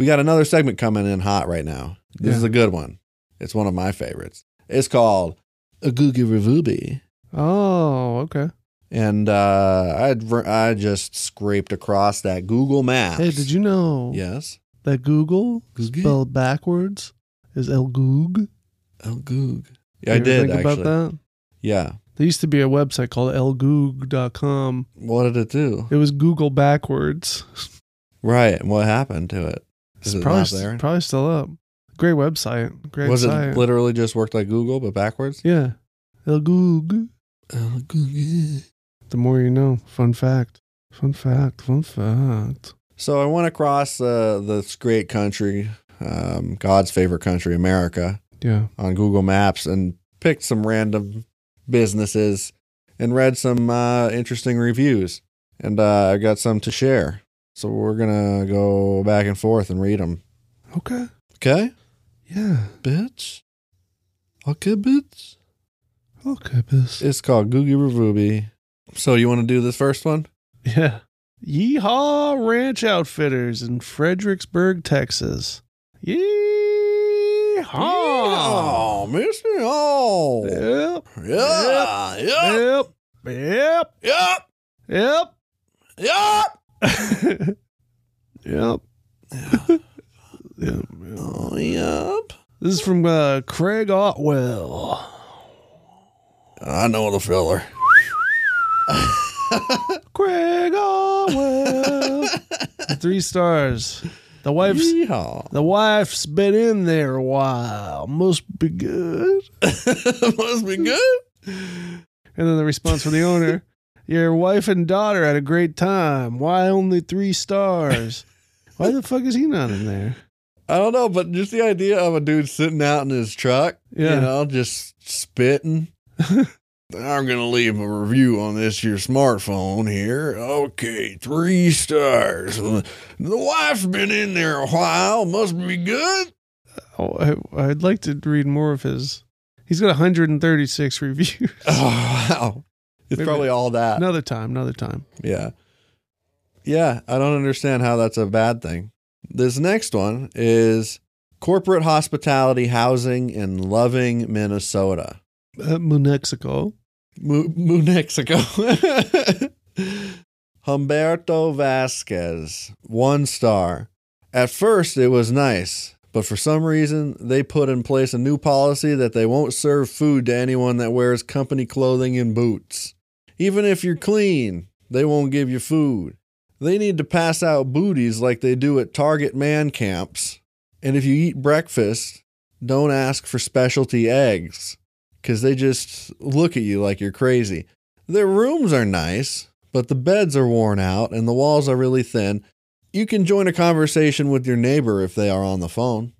Speaker 1: We got another segment coming in hot right now. This
Speaker 2: Yeah.
Speaker 1: is a good one. It's one of my favorites. It's called a Googie Revubi.
Speaker 2: Oh, okay.
Speaker 1: And uh, I'd, I just scraped across that Google Maps.
Speaker 2: Hey, did you know
Speaker 1: Yes.
Speaker 2: that Google
Speaker 1: Googie?
Speaker 2: spelled backwards is El Goog?
Speaker 1: Oh, Goog.
Speaker 2: You
Speaker 1: Yeah, I
Speaker 2: ever
Speaker 1: did
Speaker 2: think
Speaker 1: actually.
Speaker 2: about that.
Speaker 1: Yeah.
Speaker 2: There used to be a website called lgoog.com.
Speaker 1: What did it do?
Speaker 2: It was Google backwards.
Speaker 1: Right. And what happened to it? Is it
Speaker 2: probably,
Speaker 1: not there?
Speaker 2: probably still up. Great website. Great
Speaker 1: Was
Speaker 2: site.
Speaker 1: it literally just worked like Google but backwards?
Speaker 2: yeah. Lgoog.
Speaker 1: Oh, Googie.
Speaker 2: The more you know. Fun fact. Fun fact. Fun fact.
Speaker 1: So I went across uh, this great country, um, God's favorite country, America.
Speaker 2: Yeah.
Speaker 1: on Google Maps and picked some random businesses and read some uh, interesting reviews. And uh, I got some to share. So we're going to go back and forth and read them.
Speaker 2: Okay.
Speaker 1: Okay?
Speaker 2: Yeah.
Speaker 1: Bitch. Okay, bitch.
Speaker 2: Okay, this.
Speaker 1: It's called Googie Revubi. So you want to do this first one?
Speaker 2: Yeah. Yeehaw Ranch Outfitters in Fredericksburg, Texas. Yeehaw.
Speaker 1: Oh, Mr. Oh.
Speaker 2: Yep.
Speaker 1: Yeah. Yeah.
Speaker 2: Yep. Yep.
Speaker 1: Yep.
Speaker 2: Yep.
Speaker 1: Yep.
Speaker 2: yep. yep. yep.
Speaker 1: Oh, yep.
Speaker 2: This is from uh, Craig Otwell.
Speaker 1: I know the filler.
Speaker 2: Craig Otwell. Three stars. The wife's
Speaker 1: Yeehaw.
Speaker 2: the wife's been in there a while. Must be good.
Speaker 1: Must be good.
Speaker 2: And then the response from the owner: Your wife and daughter had a great time. Why only three stars? Why the fuck is he not in there?
Speaker 1: I don't know, but just the idea of a dude sitting out in his truck,
Speaker 2: Yeah.
Speaker 1: you know, just spitting. I'm going to leave a review on this your smartphone here. Okay, three stars. The wife's been in there a while. Must be good.
Speaker 2: Oh, I, I'd like to read more of his. He's got 136 reviews.
Speaker 1: Oh, wow. It's
Speaker 2: Wait a
Speaker 1: probably
Speaker 2: minute.
Speaker 1: all that.
Speaker 2: another time, another time.
Speaker 1: Yeah. Yeah, I don't understand how that's a bad thing. This next one is corporate hospitality housing in Loving, Minnesota.
Speaker 2: Uh, New Mexico.
Speaker 1: Mu Mu- Mexico. Humberto Vasquez, one star. At first, it was nice, but for some reason, they put in place a new policy that they won't serve food to anyone that wears company clothing and boots. Even if you're clean, they won't give you food. They need to pass out booties like they do at Target man camps. And if you eat breakfast, don't ask for specialty eggs because they just look at you like you're crazy. Their rooms are nice, but the beds are worn out and the walls are really thin. You can join a conversation with your neighbor if they are on the phone.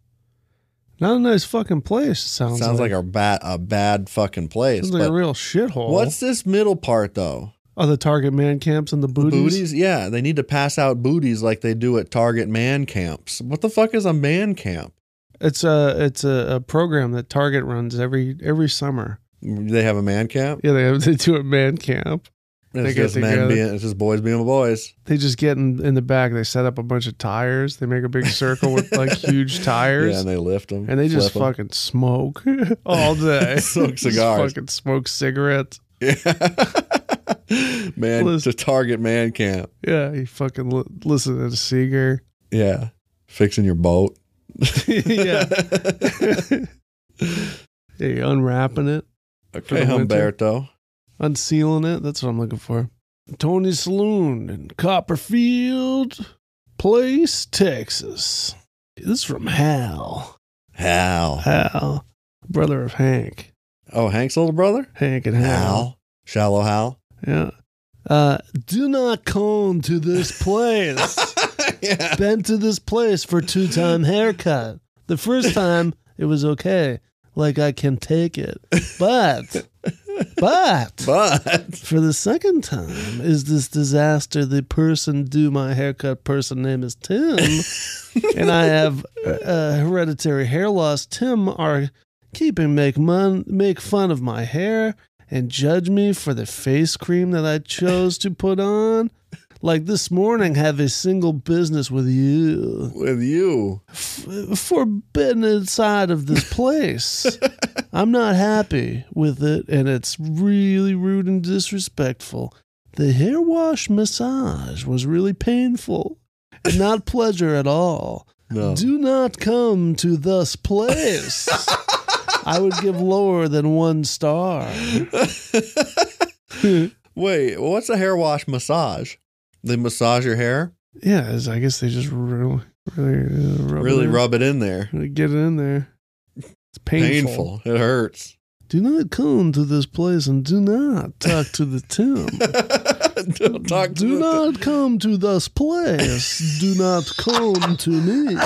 Speaker 2: Not a nice fucking place. It sounds,
Speaker 1: Sounds like,
Speaker 2: like
Speaker 1: a bad a bad fucking place.
Speaker 2: sounds like a
Speaker 1: but
Speaker 2: real shithole.
Speaker 1: what's this middle part though?
Speaker 2: oh, the target man camps and the booties?
Speaker 1: Booties? Yeah, they need to pass out booties like they do at Target man camps. What the fuck is a man camp?
Speaker 2: It's a it's a, a program that Target runs every every summer.
Speaker 1: They have a man camp.
Speaker 2: Yeah, they have they do a man camp.
Speaker 1: It's
Speaker 2: They get
Speaker 1: just men
Speaker 2: together.
Speaker 1: being, it's just boys being boys.
Speaker 2: They just get in, in the back. They set up a bunch of tires. They make a big circle with like huge tires,
Speaker 1: Yeah, and they
Speaker 2: and,
Speaker 1: lift them
Speaker 2: they, just
Speaker 1: flip 'em.
Speaker 2: fucking smoke all day.
Speaker 1: Smoke
Speaker 2: Just
Speaker 1: cigars.
Speaker 2: fucking smoke cigarettes.
Speaker 1: Yeah. man, to
Speaker 2: Listen.
Speaker 1: Target man camp.
Speaker 2: Yeah, you fucking li- listen to Seeger.
Speaker 1: Yeah, fixing your boat.
Speaker 2: yeah, Hey, unwrapping it,
Speaker 1: okay,
Speaker 2: winter.
Speaker 1: Humberto.
Speaker 2: unsealing it. That's what I'm looking for. Tony's Saloon in Copperfield Place, Texas. This is from Hal.
Speaker 1: Hal.
Speaker 2: Hal, brother of Hank.
Speaker 1: Oh, Hank's little brother.
Speaker 2: Hank and Hal.
Speaker 1: Hal. Shallow Hal.
Speaker 2: Yeah. Uh, do not come to this place.
Speaker 1: yeah.
Speaker 2: Been to this place for two time haircut. The first time it was okay, like I can take it, but but
Speaker 1: But
Speaker 2: for the second time is this disaster. The person do my haircut person name is Tim, and I have uh, hereditary hair loss. Tim are keeping make mon- make fun of my hair and judge me for the face cream that I chose to put on. Like this morning, have a single business with you
Speaker 1: with you,
Speaker 2: forbidden inside of this place. I'm not happy with it, and it's really rude and disrespectful. The hair wash massage was really painful and not pleasure at all.
Speaker 1: no.
Speaker 2: Do not come to this place. I would give lower than one star.
Speaker 1: Wait, what's a hair wash massage? They massage your hair,
Speaker 2: Yeah, it's- I guess they just really, really, uh, rub
Speaker 1: really
Speaker 2: it in.
Speaker 1: rub it in there.
Speaker 2: Really get it in there. It's painful.
Speaker 1: Painful. It hurts.
Speaker 2: Do not come to this place and do not talk to the Tim.
Speaker 1: Don't talk to
Speaker 2: do
Speaker 1: the-
Speaker 2: not come to this place. do not come to me.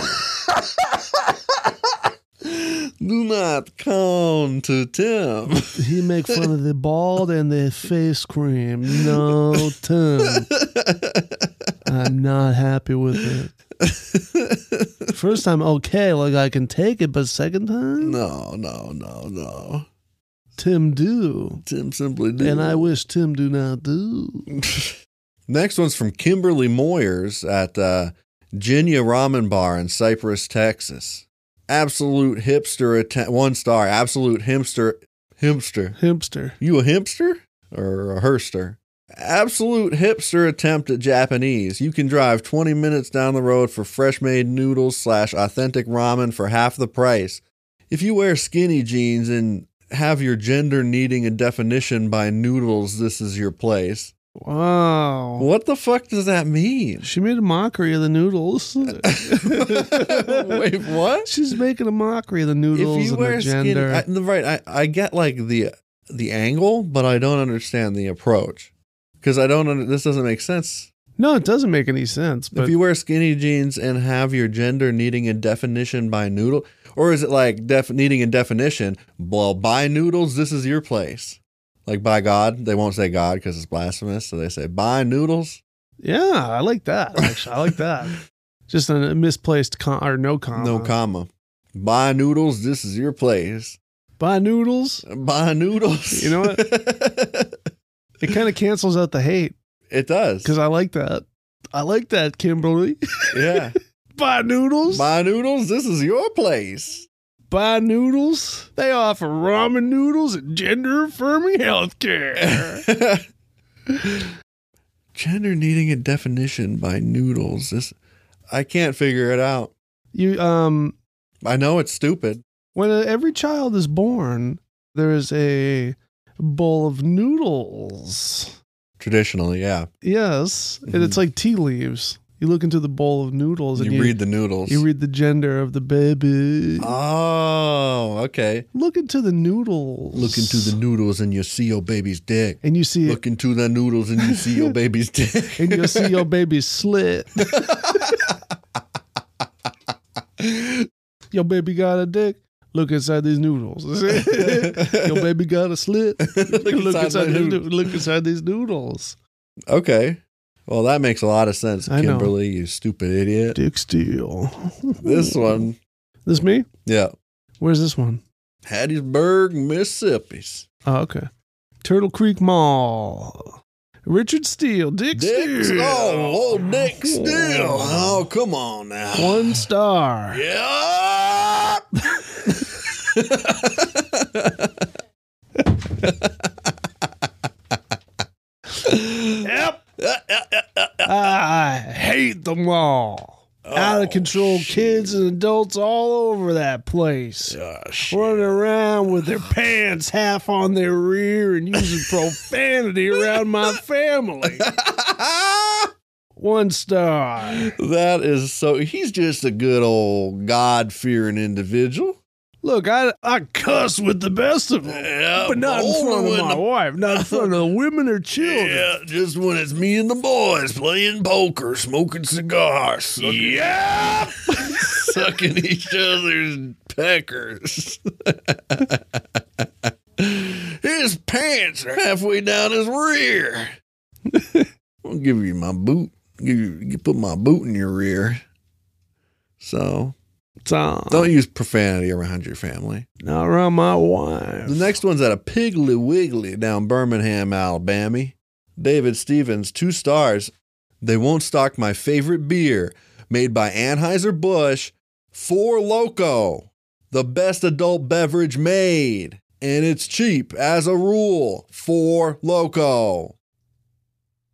Speaker 1: Do not come to Tim.
Speaker 2: He make fun of the bald and the face cream. No, Tim. I'm not happy with it. First time, okay, like I can take it, but second time,
Speaker 1: No, no, no, no.
Speaker 2: Tim do.
Speaker 1: Tim simply did.
Speaker 2: And I wish Tim do not do.
Speaker 1: Next one's from Kimberly Moyers at uh, Ginya Ramen Bar in Cypress, Texas. Absolute hipster, atten- one star, absolute hipster, hipster.
Speaker 2: Hipster.
Speaker 1: You a hipster or a herster? Absolute hipster attempt at Japanese. You can drive 20 minutes down the road for fresh made noodles slash authentic ramen for half the price. If you wear skinny jeans and have your gender needing a definition by noodles, this is your place.
Speaker 2: Wow.
Speaker 1: What the fuck does that mean?
Speaker 2: She made a mockery of the noodles.
Speaker 1: Wait, what?
Speaker 2: She's making a mockery of the noodles and the gender.
Speaker 1: I, the- right? I, I get like the the angle, but I don't understand the approach because I don't. Under, this doesn't make sense.
Speaker 2: no, it doesn't make any sense. But
Speaker 1: if you wear skinny jeans and have your gender needing a definition by noodle, or is it like def, needing a definition? Well, by noodles, this is your place. Like by God, they won't say God because it's blasphemous, so they say by noodles.
Speaker 2: yeah, I like that. Actually, I like that. Just a misplaced com- or no comma.
Speaker 1: No comma. By noodles, this is your place.
Speaker 2: Buy noodles.
Speaker 1: By noodles.
Speaker 2: You know
Speaker 1: what?
Speaker 2: It kind of cancels out the hate
Speaker 1: it does.
Speaker 2: because I like that. I like that, Kimberly.
Speaker 1: yeah.
Speaker 2: Buy noodles. Buy-,
Speaker 1: My noodles, this is your place.
Speaker 2: noodles. They offer ramen noodles and gender affirming healthcare.
Speaker 1: Gender needing a definition by noodles. This I can't figure it out.
Speaker 2: you um
Speaker 1: I know it's stupid.
Speaker 2: When uh, every child is born, there is a bowl of noodles.
Speaker 1: Traditionally, yeah.
Speaker 2: Yes, and it's like tea leaves. You look into the bowl of noodles and
Speaker 1: Mm-hmm. You read Ah. the noodles.
Speaker 2: you read the gender of the baby.
Speaker 1: oh, okay.
Speaker 2: look into the noodles.
Speaker 1: Look into the noodles and you see your baby's dick.
Speaker 2: and you see
Speaker 1: Look into the noodles and you see your baby's dick.
Speaker 2: and you'll see your baby slit. your baby got a dick. Look inside these noodles. your baby got a slit. look,
Speaker 1: inside
Speaker 2: inside
Speaker 1: my
Speaker 2: these
Speaker 1: noodles.
Speaker 2: noo- look inside these noodles.
Speaker 1: Okay. Well, that makes a lot of sense,
Speaker 2: I know.
Speaker 1: Kimberly, you stupid idiot.
Speaker 2: Dick steal.
Speaker 1: This one,
Speaker 2: This me?
Speaker 1: yeah.
Speaker 2: Where's this one?
Speaker 1: Hattiesburg, Mississippi's.
Speaker 2: Oh, okay. Turtle Creek Mall. Richard Steele. Dick,
Speaker 1: Dick.
Speaker 2: Steele.
Speaker 1: Oh, oh, Dick Steele. Oh, come on now.
Speaker 2: One star.
Speaker 1: Yeah.
Speaker 2: Yep. I hate them all.
Speaker 1: Oh,
Speaker 2: Out of control kids and adults all over that place. Running around with their pants half on their rear and using profanity around my family. One star.
Speaker 1: that is so. He's just a good old God fearing individual.
Speaker 2: Look, I, I cuss with the best of them,
Speaker 1: Yeah,
Speaker 2: but not in
Speaker 1: only
Speaker 2: front of
Speaker 1: when
Speaker 2: my
Speaker 1: the-
Speaker 2: wife, not in front of the women or children.
Speaker 1: Yeah, just when it's me and the boys playing poker, smoking cigars. Sucking, yeah! sucking each other's peckers. his pants are halfway down his rear. I'll give you my boot. Give you, you put my boot in your rear. So
Speaker 2: Tom,
Speaker 1: don't use profanity around your family.
Speaker 2: not around my wife.
Speaker 1: The next one's at a Piggly Wiggly down Birmingham, Alabama. David Stevens, two stars. They won't stock my favorite beer, made by Anheuser-Busch, Four Loco, the best adult beverage made. And it's cheap as a rule. Four Loco.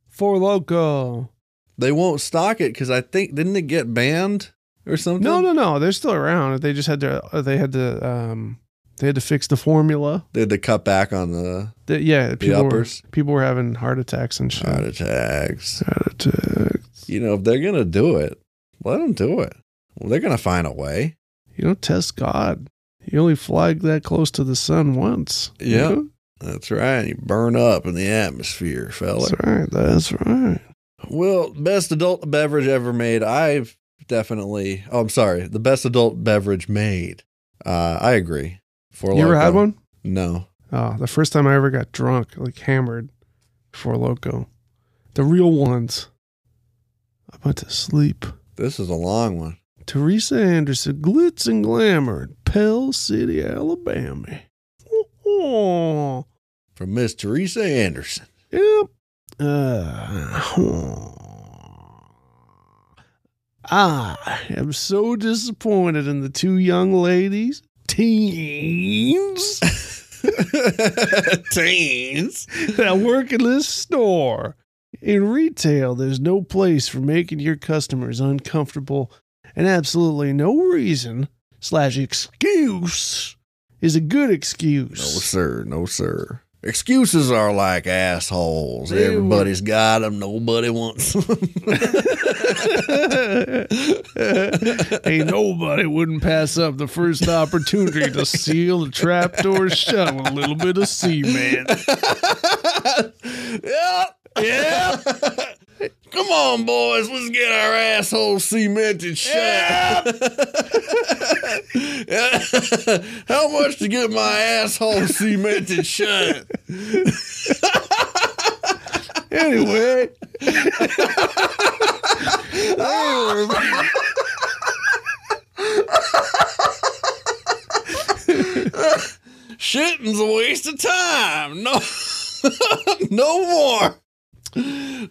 Speaker 2: Four Loco.
Speaker 1: They won't stock it because I think, didn't it get banned or something?
Speaker 2: No, no, no. They're still around. They just had to. uh, They had to. Um, they had to fix the formula.
Speaker 1: They had to cut back on the
Speaker 2: That yeah, people were,
Speaker 1: uppers.
Speaker 2: people were having heart attacks and shit.
Speaker 1: heart attacks.
Speaker 2: Heart attack.
Speaker 1: You know, if they're going to do it, let them do it. Well, they're going to find a way.
Speaker 2: You don't test God. You only fly that close to the sun once. you
Speaker 1: Yeah.
Speaker 2: know?
Speaker 1: That's right. You burn up in the atmosphere, fella.
Speaker 2: that's right. That's right.
Speaker 1: Well, best adult beverage ever made. I've definitely. Oh, I'm sorry. The best adult beverage made. Uh, I agree. Four
Speaker 2: you ever
Speaker 1: Loko.
Speaker 2: had one?
Speaker 1: No.
Speaker 2: Oh, the first time I ever got drunk, like hammered, for loco, the real ones. I went to sleep.
Speaker 1: This is a long one.
Speaker 2: Teresa Anderson, Glitz and Glamour, in Pell City, Alabama. Oh,
Speaker 1: From Miss Teresa Anderson.
Speaker 2: yep. Uh, I am so disappointed in the two young ladies, teens,
Speaker 1: Teens.
Speaker 2: that work in this store. In retail, there's no place for making your customers uncomfortable, and absolutely no reason slash excuse is a good
Speaker 1: No,
Speaker 2: excuse.
Speaker 1: sir. No, sir. Excuses are like assholes.
Speaker 2: They were-
Speaker 1: Everybody's got 'em. Nobody wants 'em.
Speaker 2: Ain't nobody wouldn't pass up the first opportunity to seal the trapdoor shut with a little bit of cement.
Speaker 1: yep. Yep. Come on, boys. Let's get our assholes cemented shut. How much to get my asshole cemented shut?
Speaker 2: Anyway,
Speaker 1: Shitting's a waste of time. No, no more.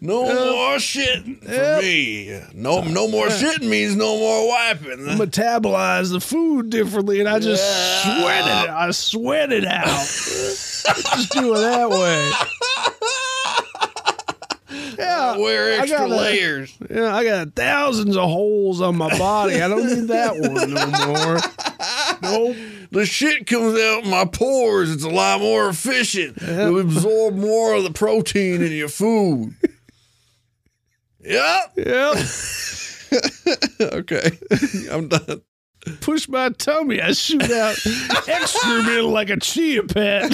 Speaker 1: No more shitting for me. No, no more shitting means no more wiping.
Speaker 2: metabolize the food differently, and I just
Speaker 1: Yeah.
Speaker 2: sweat it. I sweat it out. just do it that way. Yeah,
Speaker 1: Wear
Speaker 2: I
Speaker 1: extra
Speaker 2: gotta-
Speaker 1: layers.
Speaker 2: Yeah, I got thousands of holes on my body. I don't need that one no more. Nope.
Speaker 1: The shit comes out my pores. It's a lot more efficient. You absorb more of the protein in your food. Yep.
Speaker 2: Yep.
Speaker 1: okay. I'm done.
Speaker 2: Push my tummy. I shoot out excrement like a chia pet.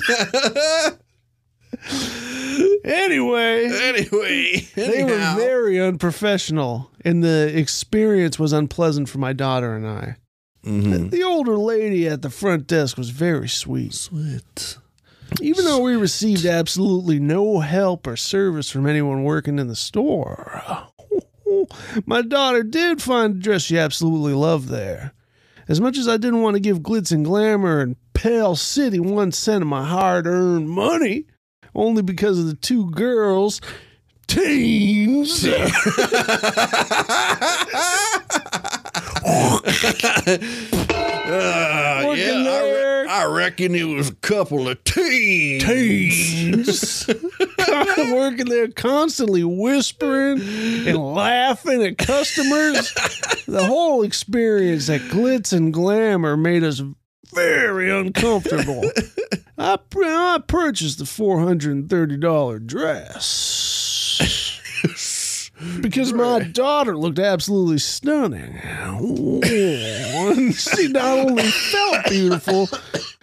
Speaker 2: Anyway,
Speaker 1: anyway,
Speaker 2: they were
Speaker 1: anyhow.
Speaker 2: very unprofessional, and the experience was unpleasant for my daughter and I.
Speaker 1: Mhm.
Speaker 2: The older lady at the front desk was very sweet. Even though we received absolutely no help or service from anyone working in the store, my daughter did find a dress she absolutely loved there. As much as I didn't want to give glitz and glamour and pale city one cent of my hard earned money, only because of the two girls, teens,
Speaker 1: Uh,
Speaker 2: Look in
Speaker 1: yeah, I,
Speaker 2: there.
Speaker 1: re- I reckon it was a couple of teens.
Speaker 2: teens, working there constantly whispering and laughing at customers. the whole experience at Glitz and Glamour made us very uncomfortable. I, pr- I purchased the $430 dress. Because my daughter looked absolutely stunning. And she not only felt beautiful,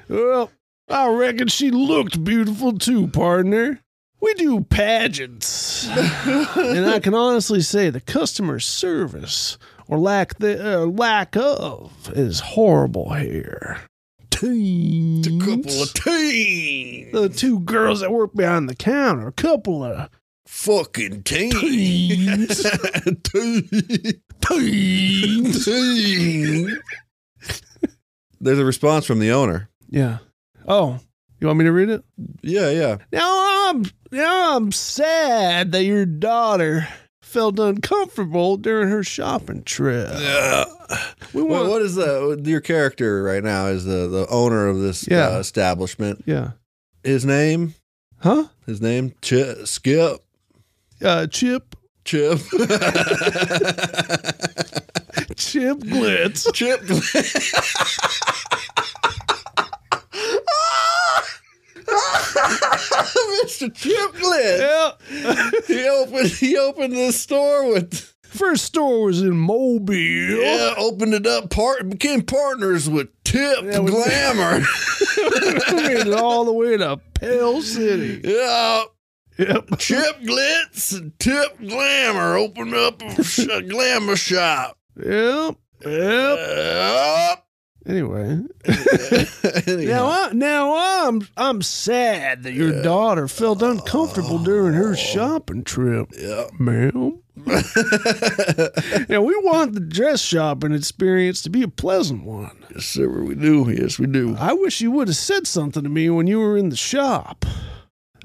Speaker 2: well, I reckon she looked beautiful too, partner. We do pageants. and I can honestly say the customer service or lack the uh, lack of is horrible here. Teens.
Speaker 1: A couple of teens.
Speaker 2: the two girls that work behind the counter, a couple of
Speaker 1: Fucking teens.
Speaker 2: Teens.
Speaker 1: teens. teens. There's a response from the owner.
Speaker 2: yeah. Oh, you want me to read it?
Speaker 1: Yeah, yeah.
Speaker 2: Now I'm now I'm sad that your daughter felt uncomfortable during her shopping trip. We want
Speaker 1: Well, what is the your character right now? Is the the owner of this
Speaker 2: Yeah.
Speaker 1: uh, establishment?
Speaker 2: yeah.
Speaker 1: His name?
Speaker 2: Huh?
Speaker 1: His name? Ch- Skip.
Speaker 2: Uh, Chip
Speaker 1: Chip.
Speaker 2: Chip Glitz.
Speaker 1: Chip. Mr. Chiplet.
Speaker 2: yeah.
Speaker 1: He opened he opened this store with
Speaker 2: First store was in Mobile.
Speaker 1: yeah, opened it up part became partners with Tip
Speaker 2: Yeah, we-
Speaker 1: Glamour.
Speaker 2: Made it all the way to Pale City.
Speaker 1: yeah.
Speaker 2: Yep.
Speaker 1: Chip Glitz and Tip Glamour opened up a sh- glamour shop.
Speaker 2: Yep. Yep.
Speaker 1: Yep.
Speaker 2: Anyway, now
Speaker 1: Anyhow.
Speaker 2: I now I'm I'm sad that your daughter felt uncomfortable during her shopping trip,
Speaker 1: Yeah.
Speaker 2: ma'am. Now we want the dress shopping experience to be a pleasant one.
Speaker 1: yes, sir, we do. Yes, we do.
Speaker 2: I wish you would have said something to me when you were in the shop.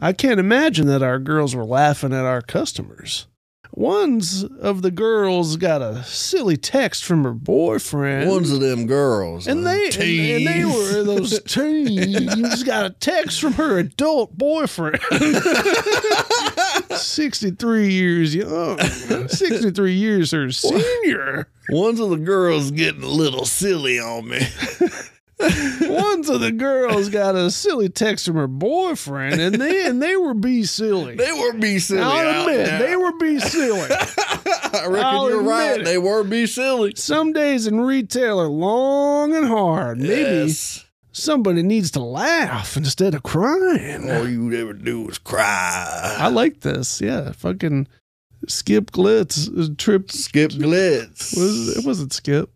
Speaker 2: I can't imagine that our girls were laughing at our customers. One's of the girls got a silly text from her boyfriend.
Speaker 1: One's of them girls. uh,
Speaker 2: and they and, and they
Speaker 1: Teens.
Speaker 2: were those teens got a text from her adult boyfriend. 63 years young. 63 years her senior.
Speaker 1: One's of the girls getting a little silly on me.
Speaker 2: One's of the girls got a silly text from her boyfriend, and they and they were be silly.
Speaker 1: They were be silly.
Speaker 2: I'll
Speaker 1: out
Speaker 2: admit,
Speaker 1: there.
Speaker 2: they were be silly.
Speaker 1: I reckon
Speaker 2: I'll
Speaker 1: you're
Speaker 2: admit
Speaker 1: right.
Speaker 2: it.
Speaker 1: They were be silly.
Speaker 2: Some days in retail are long and hard. Maybe
Speaker 1: Yes.
Speaker 2: somebody needs to laugh instead of crying.
Speaker 1: all you would ever do was cry.
Speaker 2: I like this. Yeah, fucking Skip Glitz uh, Trip.
Speaker 1: Skip Glitz.
Speaker 2: Was it? it wasn't Skip.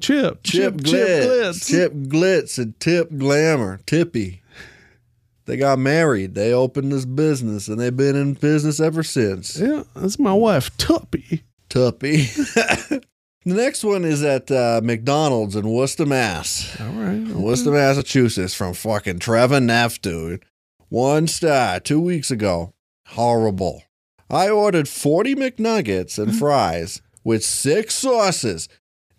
Speaker 2: Chip.
Speaker 1: Chip, Glitz. Chip Glitz and Tip Glamour. Tippy. They got married. They opened this business and they've been in business ever since.
Speaker 2: Yeah, that's my wife, Tuppy.
Speaker 1: Tuppy. the next one is at uh, McDonald's in Worcester, Mass.
Speaker 2: All right.
Speaker 1: Mm-hmm. Worcester, Massachusetts, from fucking Trevor Neff, dude. One star two weeks ago. Horrible. I ordered 40 McNuggets and fries with six sauces.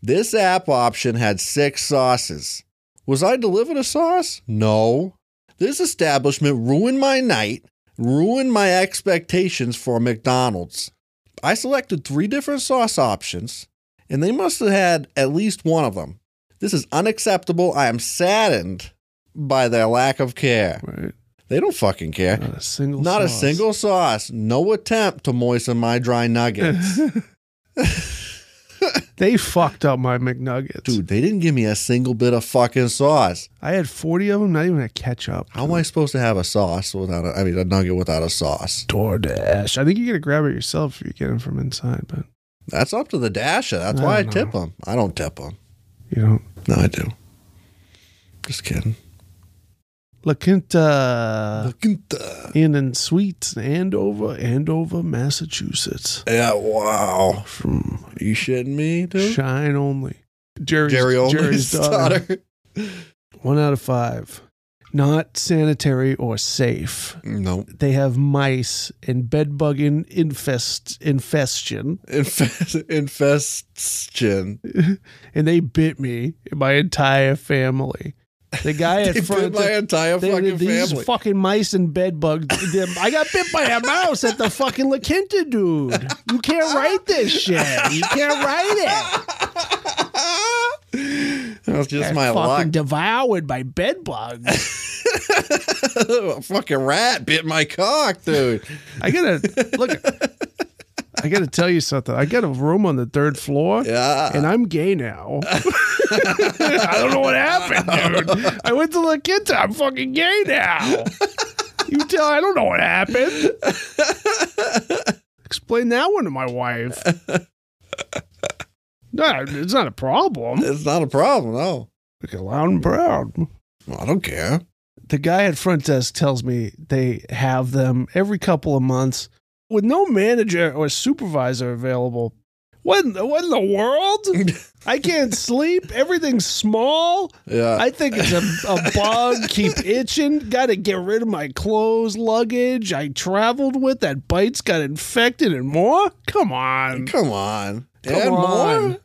Speaker 1: This app option had six sauces. Was I delivered a sauce? No. This establishment ruined my night, ruined my expectations for McDonald's. I selected three different sauce options, and they must have had at least one of them. This is unacceptable. I am saddened by their lack of care.
Speaker 2: Right.
Speaker 1: They don't fucking care.
Speaker 2: Not a single.
Speaker 1: Not a
Speaker 2: sauce.
Speaker 1: single sauce. No attempt to moisten my dry nuggets.
Speaker 2: They fucked up my McNuggets.
Speaker 1: Dude, they didn't give me a single bit of fucking sauce.
Speaker 2: I had 40 of them, not even a ketchup.
Speaker 1: How am I supposed to have a sauce without a, I mean, a nugget without a sauce?
Speaker 2: DoorDash. I think you got to grab it yourself if you get them from inside, but
Speaker 1: That's up to the dasher. That's
Speaker 2: I
Speaker 1: why I
Speaker 2: don't
Speaker 1: tip them. I don't tip them.
Speaker 2: you don't.
Speaker 1: No, I do. Just kidding.
Speaker 2: La Quinta
Speaker 1: Look at that.
Speaker 2: Inn and Suites, Andover, Andover, Massachusetts.
Speaker 1: Yeah, wow.
Speaker 2: From
Speaker 1: you shitting me, dude?
Speaker 2: Shine Only. Jerry's,
Speaker 1: Jerry
Speaker 2: Jerry's
Speaker 1: Oldman's
Speaker 2: daughter.
Speaker 1: daughter.
Speaker 2: One out of five. Not sanitary or safe.
Speaker 1: No.
Speaker 2: They have mice and bedbug in, infest infestion,
Speaker 1: Infest, infestion.
Speaker 2: and they bit me and my entire family. The guy
Speaker 1: They
Speaker 2: at
Speaker 1: bit
Speaker 2: front,
Speaker 1: my entire
Speaker 2: They-
Speaker 1: fucking
Speaker 2: these
Speaker 1: family.
Speaker 2: fucking mice and bed bugs. them- I got bit by a mouse at the fucking La Quinta, dude. You can't write this shit. You can't write it.
Speaker 1: that was just
Speaker 2: Got
Speaker 1: my
Speaker 2: fucking
Speaker 1: luck.
Speaker 2: devoured by bed bugs.
Speaker 1: a fucking rat bit my cock, dude.
Speaker 2: I gotta look. I gotta tell you something. I got a room on the third floor.
Speaker 1: Yeah.
Speaker 2: And I'm gay now. I don't know what happened, dude. I went to La Quinta. I'm fucking gay now. You tell, I don't know what happened. Explain that one to my wife. No, it's not a problem.
Speaker 1: It's not a problem, no.
Speaker 2: Look at loud and proud.
Speaker 1: Well, I don't care.
Speaker 2: The guy at front desk tells me they have them every couple of months with no manager or supervisor available. What in the, what in the world? I can't sleep. Everything's small.
Speaker 1: Yeah.
Speaker 2: I think it's a, a bug. Keep itching. Got to get rid of my clothes, luggage I traveled with that bites got infected and more. Come on.
Speaker 1: Come on.
Speaker 2: Come
Speaker 1: and
Speaker 2: on.
Speaker 1: more?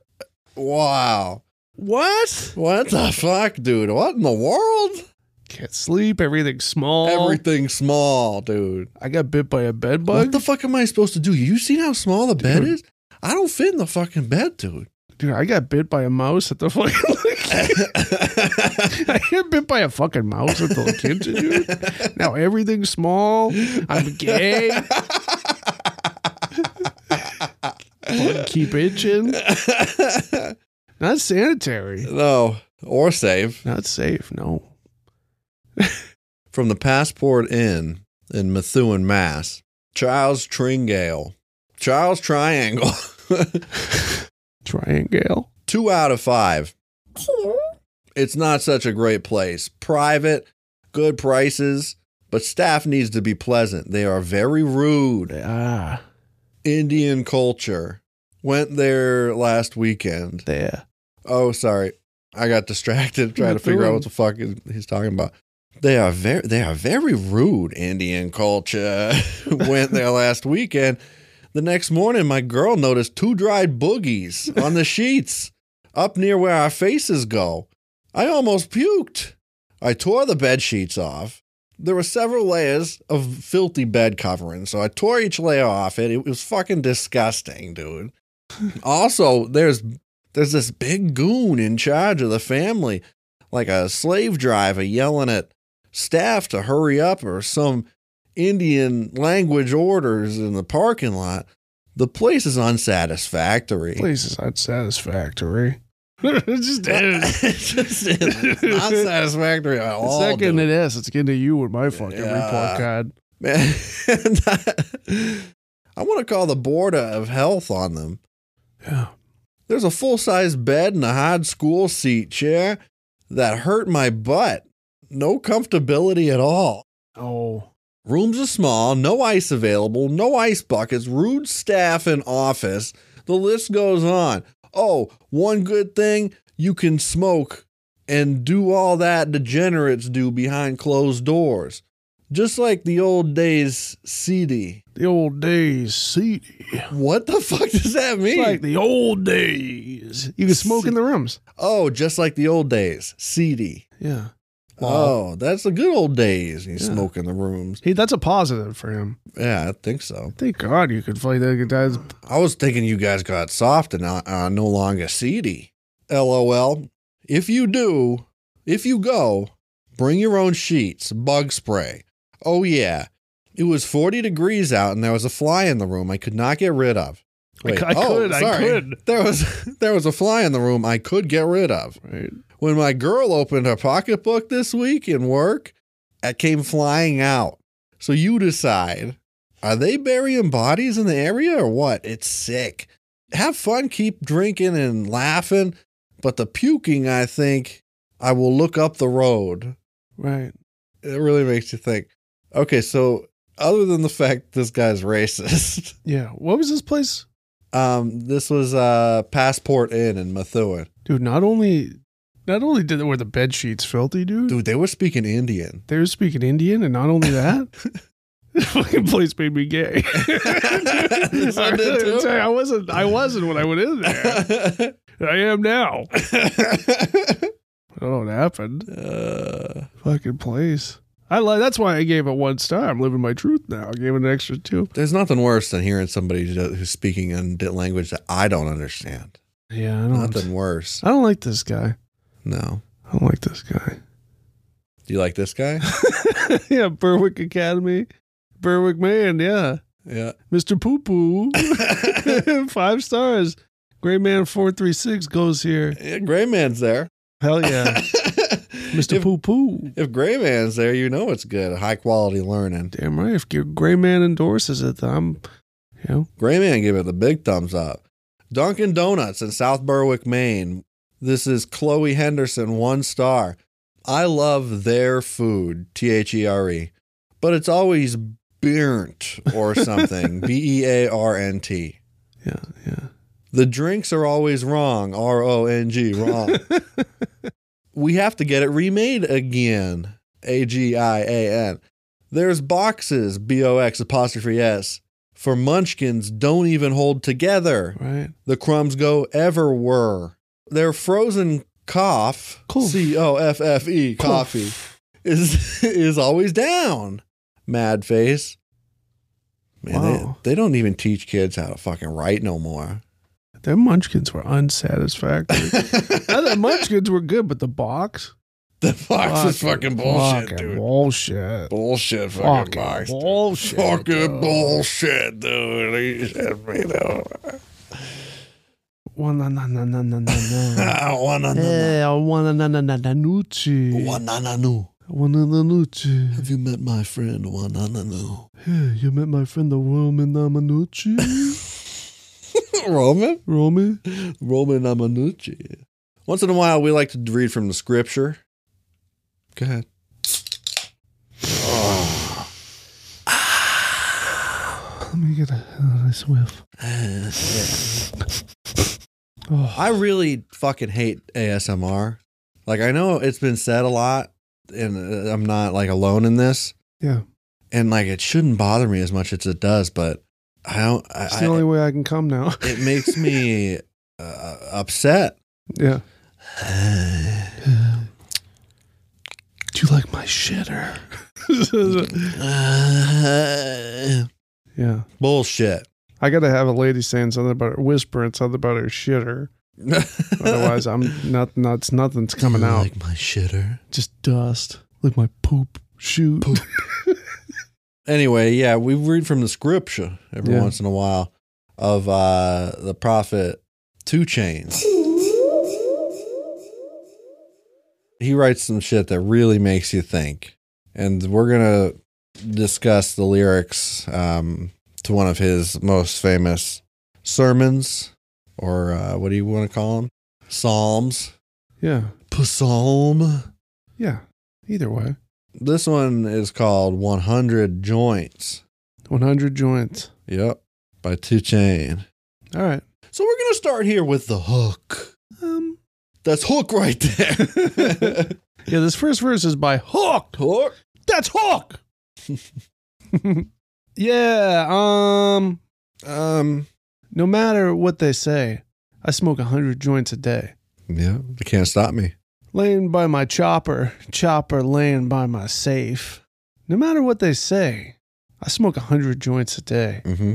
Speaker 1: Wow.
Speaker 2: What?
Speaker 1: What the fuck, dude? What in the world?
Speaker 2: Can't sleep. Everything's small.
Speaker 1: Everything's small, dude.
Speaker 2: I got bit by a bed
Speaker 1: What
Speaker 2: bug.
Speaker 1: the fuck am I supposed to do? You seen how small the bed
Speaker 2: Dude.
Speaker 1: is? I don't fit in the fucking bed, dude.
Speaker 2: Dude, I got bit by a mouse at the fucking. I got bit by a fucking mouse at the kitchen, dude. Now everything's small. I'm gay. Bug keep itching. Not sanitary.
Speaker 1: no. Or save.
Speaker 2: Not safe. No.
Speaker 1: From the Passport Inn in Methuen, Mass. Charles Tringale. Charles Triangle.
Speaker 2: Triangle.
Speaker 1: Two out of five. It's not such a great place. Private, good prices, but staff needs to be pleasant. They are very rude.
Speaker 2: Ah,
Speaker 1: Indian culture. Went there last weekend.
Speaker 2: there.
Speaker 1: Oh, sorry. I got distracted trying to figure out what the fuck is- he's talking about. They are very they are very rude Indian culture. Went there last weekend. The next morning my girl noticed two dried boogies on the sheets up near where our faces go. I almost puked. I tore the bed sheets off. There were several layers of filthy bed covering, so I tore each layer off it. It was fucking disgusting, dude. also, there's there's this big goon in charge of the family, like a slave driver yelling at staff to hurry up or some Indian language orders in the parking lot. The place is unsatisfactory.
Speaker 2: Place is unsatisfactory. it's just is.
Speaker 1: it's just it's not satisfactory at
Speaker 2: It's
Speaker 1: all.
Speaker 2: not getting
Speaker 1: dude.
Speaker 2: to this. It's getting to you with my fucking
Speaker 1: Yeah.
Speaker 2: report card.
Speaker 1: Man, I want to call the border of health on them.
Speaker 2: Yeah.
Speaker 1: There's a full size bed and a hard school seat chair that hurt my butt. No comfortability at all.
Speaker 2: Oh.
Speaker 1: Rooms are small, no ice available, no ice buckets, rude staff in office. The list goes on. Oh, one good thing you can smoke and do all that degenerates do behind closed doors. Just like the old days CD.
Speaker 2: The old days, seedy.
Speaker 1: What the fuck does that
Speaker 2: It's
Speaker 1: mean?
Speaker 2: like the old days. You can smoke in the rooms.
Speaker 1: oh, just like the old days CD.
Speaker 2: Yeah.
Speaker 1: Oh, that's the good old days. You smoke in the rooms.
Speaker 2: He, that's a positive for him.
Speaker 1: Yeah, I think so.
Speaker 2: Thank God you could play the guys.
Speaker 1: I was thinking you guys got soft and are, are no longer seedy. LOL. If you do, if you go, bring your own sheets, bug spray. Oh, yeah. It was 40 degrees out and there was a fly in the room I could not get rid of. oh,
Speaker 2: I c- I could, I could.
Speaker 1: There was there was a fly in the room I could get rid of.
Speaker 2: Right.
Speaker 1: When my girl opened her pocketbook this week in work, it came flying out. So you decide, are they burying bodies in the area or what? It's sick. Have fun, keep drinking and laughing, but the puking, I think, I will look up the road
Speaker 2: Right.
Speaker 1: it really makes you think. Okay, so other than the fact this guy's racist,
Speaker 2: Yeah. What was this place?
Speaker 1: um, this was uh, Passport Inn in Methuen.
Speaker 2: Dude, not only not only did were the bed sheets filthy, dude.
Speaker 1: Dude, they were speaking Indian.
Speaker 2: They were speaking Indian, and not only that, the fucking place made me gay.
Speaker 1: This one did too?
Speaker 2: I wasn't. I wasn't when I went in there. I am now.
Speaker 1: uh,
Speaker 2: I don't know what happened. Fucking place. I love. That's why I gave it one star. I'm living my truth now. I gave it an extra two.
Speaker 1: there's nothing worse than hearing somebody who's speaking a di- language that I don't understand.
Speaker 2: Yeah, I don't. Uh.
Speaker 1: Nothing worse.
Speaker 2: I don't like this guy.
Speaker 1: No.
Speaker 2: I don't like this guy.
Speaker 1: Do you like this guy?
Speaker 2: yeah, Berwick Academy, Berwick man. Yeah,
Speaker 1: Yeah.
Speaker 2: Mister Poo Poo. Five stars. Great man four three six goes here.
Speaker 1: yeah Gray Man's there.
Speaker 2: Hell yeah. Mr.
Speaker 1: If,
Speaker 2: Poo Poo.
Speaker 1: if Gray Man's there, you know it's good. High quality learning.
Speaker 2: Damn right. If your gray man endorses it, then I'm, you know,
Speaker 1: Gray Man gave it the big thumbs up. Dunkin' Donuts in South Berwick, Maine. This is Chloe Henderson, one star. I love their food, T H E R E, but it's always burnt or something, B E A R N T.
Speaker 2: yeah, yeah.
Speaker 1: The drinks are always wrong, R O N G, wrong. we have to get it remade again, A G I A N. There's boxes, B O X apostrophe S, for munchkins don't even hold together
Speaker 2: Right.
Speaker 1: the crumbs go ever were. Their frozen cough,
Speaker 2: Cough.
Speaker 1: C O F F E, coffee, is is always down. Mad face. Man,
Speaker 2: Wow.
Speaker 1: they, they don't even teach kids how to fucking write no more.
Speaker 2: Their munchkins were unsatisfactory. Not that munchkins were good, but the box.
Speaker 1: The box is fucking bullshit,
Speaker 2: fucking
Speaker 1: dude.
Speaker 2: Bullshit.
Speaker 1: Bullshit, fucking
Speaker 2: Fucking
Speaker 1: box. dude.
Speaker 2: bullshit.
Speaker 1: Fucking
Speaker 2: dude.
Speaker 1: bullshit, dude. He said me though.
Speaker 2: One na na na na na na.
Speaker 1: Ah, Wanna know.
Speaker 2: Hey, one na na na na nuchi.
Speaker 1: Wanna know.
Speaker 2: One na na nuchi.
Speaker 1: Have you met my friend Wanananu?
Speaker 2: Hey, you met my friend the Roman Namanuchi,
Speaker 1: Roman?
Speaker 2: Roman.
Speaker 1: Roman Amanucci. Once in a while, we like to read from the scripture. Go ahead.
Speaker 2: Let me get a, a nice whiff. Oh,
Speaker 1: I really fucking hate ASMR. Like, I know it's been said a lot, and uh, I'm not like alone in this.
Speaker 2: yeah.
Speaker 1: And like, it shouldn't bother me as much as it does, but I don't. I,
Speaker 2: It's
Speaker 1: I-
Speaker 2: the only way I can come now.
Speaker 1: it makes me uh, upset.
Speaker 2: Yeah. Do you like my shitter? Uh, yeah.
Speaker 1: Bullshit.
Speaker 2: I got to have a lady saying something about her, whispering something about her shitter. Otherwise, I'm not, not, nothing's coming
Speaker 1: Do you
Speaker 2: out.
Speaker 1: Like my shitter.
Speaker 2: Just dust. Like my poop shoot.
Speaker 1: anyway, yeah, we read from the scripture every
Speaker 2: Yeah.
Speaker 1: once in a while of uh the prophet Two Chains. He writes some shit that really makes you think. And we're gonna discuss the lyrics um, to one of his most famous sermons, or uh, what do you want to call them? Psalms.
Speaker 2: Yeah.
Speaker 1: Psalm.
Speaker 2: Yeah. Either way.
Speaker 1: This one is called 100 Joints.
Speaker 2: 100 joints.
Speaker 1: Yep. By Two Chain.
Speaker 2: All right.
Speaker 1: So we're gonna start here with the hook.
Speaker 2: Um.
Speaker 1: That's hook right there.
Speaker 2: Yeah, this first verse is by Hook.
Speaker 1: hook.
Speaker 2: That's Hawk. yeah. Um.
Speaker 1: Um.
Speaker 2: No matter what they say, I smoke a hundred joints a day.
Speaker 1: Yeah, they can't stop me.
Speaker 2: Laying by my chopper, chopper laying by my safe. No matter what they say, I smoke a hundred joints a day.
Speaker 1: Mm-hmm.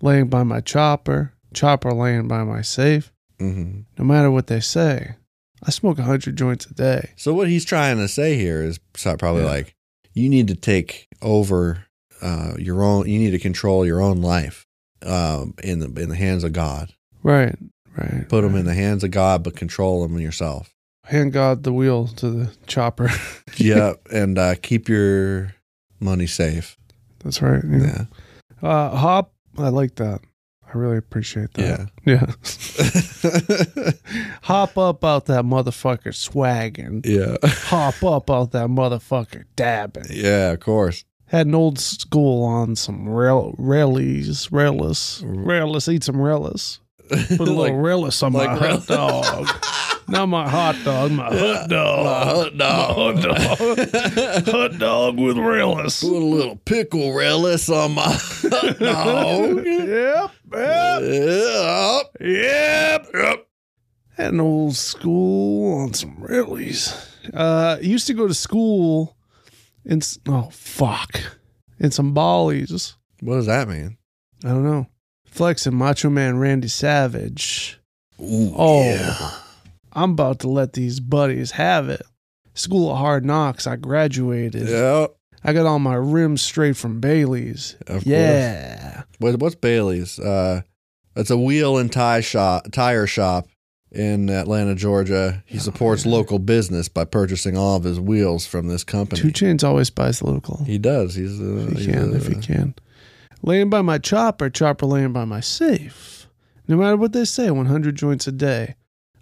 Speaker 2: Laying by my chopper, chopper laying by my safe.
Speaker 1: Mm-hmm.
Speaker 2: No matter what they say, I smoke a hundred joints a day.
Speaker 1: So what he's trying to say here is so- probably
Speaker 2: Yeah.
Speaker 1: like, you need to take over uh, your own. You need to control your own life um, in the in the hands of God.
Speaker 2: Right. Right.
Speaker 1: Put them in the hands of God, but control them yourself.
Speaker 2: Hand God the wheel to the chopper.
Speaker 1: yeah, and uh, keep your money safe.
Speaker 2: That's right. Yeah.
Speaker 1: Yeah,
Speaker 2: Uh, hop. I like that. I really appreciate that. Yeah. hop up out that motherfucker swagging.
Speaker 1: yeah,
Speaker 2: Hop up out that motherfucker dabbing.
Speaker 1: yeah. Of course.
Speaker 2: Had an old school on some rail railies, railus, railus. Eat some railus. Put a
Speaker 1: Like-
Speaker 2: little railus on my
Speaker 1: like
Speaker 2: hot dog. Not my hot dog. My hot
Speaker 1: dog.
Speaker 2: dog. My hot dog. hot dog with railus.
Speaker 1: Put a little pickle relish on my hot dog.
Speaker 2: Yep. Yep.
Speaker 1: Yeah.
Speaker 2: Yep. Yep. Had an old school on some Rileys. Uh, used to go to school in s- oh fuck in some Bollies.
Speaker 1: What does that mean?
Speaker 2: I don't know. Flexing Macho Man Randy Savage.
Speaker 1: Ooh,
Speaker 2: Oh,
Speaker 1: yeah.
Speaker 2: I'm about to let these buddies have it. School of Hard Knocks. I graduated.
Speaker 1: Yeah.
Speaker 2: I got all my rims straight from Bailey's.
Speaker 1: Of course.
Speaker 2: yeah.
Speaker 1: What, what's Bailey's? Uh, it's a wheel and tie shop, tire shop in Atlanta, Georgia.
Speaker 2: Oh,
Speaker 1: He supports local business by purchasing all of his wheels from this company.
Speaker 2: Two Chains always buys local.
Speaker 1: he does. He's a,
Speaker 2: if
Speaker 1: he's
Speaker 2: he can,
Speaker 1: a-
Speaker 2: if he can. Laying by my chopper, chopper laying by my safe. No matter what they say, 100 joints a day.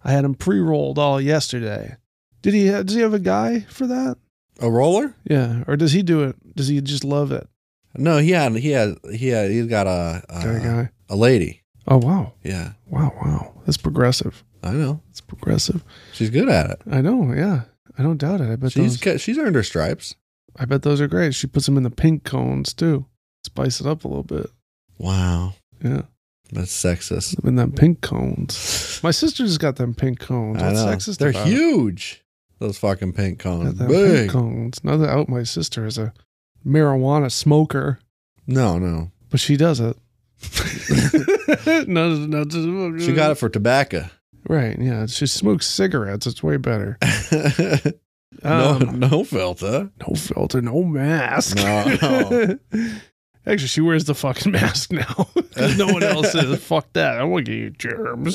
Speaker 2: I had him pre-rolled all yesterday. Did he? Ha- does he have a guy for that?
Speaker 1: a roller.
Speaker 2: Yeah, or does he do it? Does he just love it?
Speaker 1: No, he had he had he had he's got a
Speaker 2: Got a
Speaker 1: a,
Speaker 2: guy.
Speaker 1: a lady.
Speaker 2: Oh wow,
Speaker 1: Yeah,
Speaker 2: wow, wow. That's progressive.
Speaker 1: I know.
Speaker 2: That's progressive.
Speaker 1: She's good at it.
Speaker 2: I know. Yeah, I don't doubt it. I bet
Speaker 1: She's
Speaker 2: those.
Speaker 1: ca- she's earned her stripes.
Speaker 2: I bet those are great. She puts them in the pink cones too. Spice it up a little bit.
Speaker 1: Wow,
Speaker 2: Yeah,
Speaker 1: that's sexist.
Speaker 2: in them pink cones. My sister's got them pink cones.
Speaker 1: I
Speaker 2: What's
Speaker 1: know.
Speaker 2: sexist
Speaker 1: They're
Speaker 2: about it?
Speaker 1: huge. Those fucking pink cones.
Speaker 2: Got them
Speaker 1: Big.
Speaker 2: pink cones. Now that out my sister is a marijuana smoker,
Speaker 1: No, no.
Speaker 2: but she does it. no, no, no,
Speaker 1: She got it for tobacco.
Speaker 2: right. Yeah, she smokes cigarettes. It's way better.
Speaker 1: no,
Speaker 2: Um,
Speaker 1: no filter.
Speaker 2: no filter, no mask.
Speaker 1: No.
Speaker 2: Actually, she wears the fucking mask now. 'Cause no one else is. Fuck that. I won't give you germs.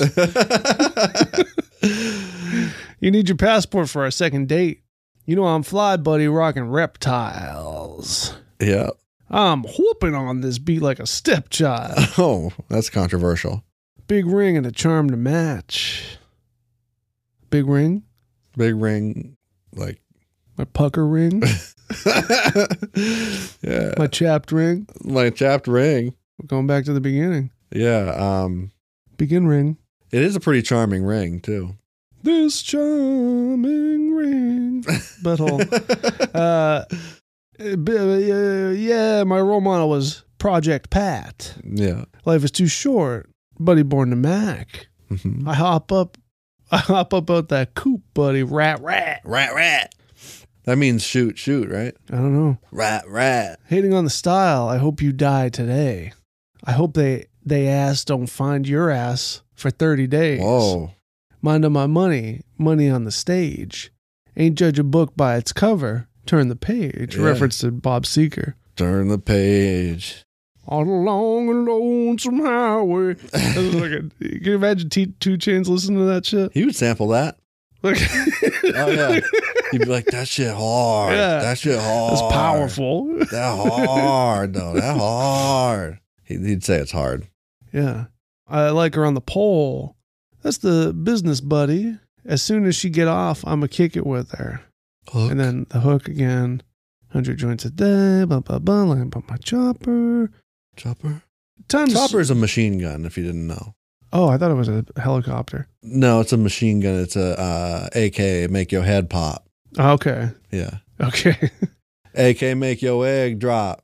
Speaker 2: You need your passport for our second date. You know I'm fly, buddy, rocking reptiles.
Speaker 1: yeah.
Speaker 2: I'm whooping on this beat like a stepchild.
Speaker 1: Oh, that's controversial.
Speaker 2: Big ring and a charm to match. Big ring,
Speaker 1: Big ring, like.
Speaker 2: my pucker ring,
Speaker 1: yeah,
Speaker 2: my chapped ring.
Speaker 1: my chapped ring.
Speaker 2: We're going back to the beginning.
Speaker 1: Yeah, um,
Speaker 2: Begin ring.
Speaker 1: it is a pretty charming ring too.
Speaker 2: This charming ring. Butthole. uh, uh, b- uh, yeah, my role model was Project Pat.
Speaker 1: yeah,
Speaker 2: Life is too short. Buddy born to Mac.
Speaker 1: Mhm.
Speaker 2: I hop up. I hop up out that coop, buddy. Rat, rat.
Speaker 1: rat rat. That means shoot, shoot, right?
Speaker 2: I don't know.
Speaker 1: Rat rat.
Speaker 2: Hating on the style, I hope you die today. I hope they they ass don't find your ass for 30 days.
Speaker 1: Whoa.
Speaker 2: Mind on my money, money on the stage. Ain't judge a book by its cover, turn the page.
Speaker 1: Yeah.
Speaker 2: Reference to Bob Seeker.
Speaker 1: Turn the page.
Speaker 2: On a long and lonesome highway. That was like a- can you imagine T- Two Chains listening to that shit?
Speaker 1: He would sample that.
Speaker 2: Like,
Speaker 1: Oh yeah. He'd be like, that shit hard.
Speaker 2: Yeah.
Speaker 1: That shit hard.
Speaker 2: that's powerful.
Speaker 1: That hard though. That hard. He- He'd say it's hard.
Speaker 2: Yeah. I like her on the pole. That's the business buddy. As soon as she get off, I'm going to kick it with her. And then the hook again. 100 joints a day, blah, blah, blah, line by my chopper.
Speaker 1: Chopper.
Speaker 2: Time to-
Speaker 1: Chopper is a machine gun. If you didn't know.
Speaker 2: Oh, I thought it was a helicopter.
Speaker 1: No, it's a machine gun. It's a uh, AK. Make your head pop.
Speaker 2: Okay.
Speaker 1: Yeah.
Speaker 2: Okay.
Speaker 1: AK make your egg drop.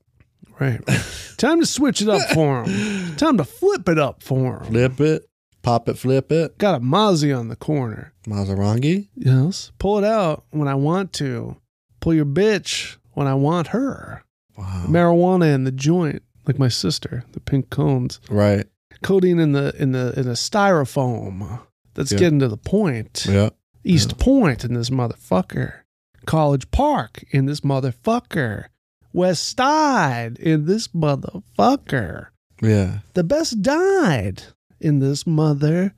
Speaker 2: right. Time to switch it up for him. Time to flip it up for him.
Speaker 1: Flip it. Pop it. Flip it.
Speaker 2: Got a Mozzie on the corner.
Speaker 1: Mazarangi.
Speaker 2: Yes. Pull it out when I want to. Pull your bitch when I want her.
Speaker 1: Wow.
Speaker 2: Marijuana in the joint, like my sister, the pink cones.
Speaker 1: right.
Speaker 2: Codeine in the in the in a styrofoam. That's
Speaker 1: Yeah.
Speaker 2: getting to the point.
Speaker 1: Yeah.
Speaker 2: East Point in this motherfucker. College Park in this motherfucker. West Side in this motherfucker.
Speaker 1: Yeah.
Speaker 2: The best died in this mother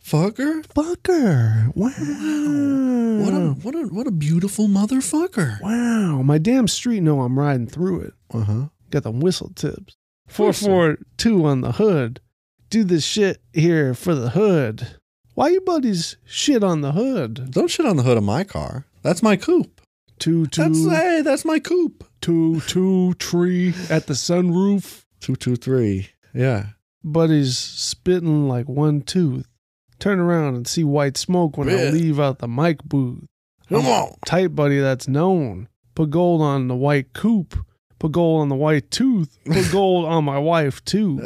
Speaker 1: Fucker.
Speaker 2: fucker. Wow.
Speaker 1: What a what a what a beautiful motherfucker.
Speaker 2: wow. My damn street know I'm riding through it.
Speaker 1: Uh huh.
Speaker 2: Got the whistle tips.
Speaker 1: course so.
Speaker 2: 442 on the hood. Do this shit here for the hood. Why you buddies shit on the hood?
Speaker 1: Don't shit on the hood of my car. That's my coupe.
Speaker 2: Two,
Speaker 1: That's
Speaker 2: two,
Speaker 1: hey, that's my coupe.
Speaker 2: two, two, tree at the sunroof.
Speaker 1: Two two three. Yeah.
Speaker 2: Buddy's spitting like one tooth. Turn around and see white smoke when I
Speaker 1: Yeah.
Speaker 2: leave out the mic booth.
Speaker 1: Come on.
Speaker 2: Tight buddy that's known. Put gold on the white coupe. Put gold on the white tooth. Put gold on my wife too.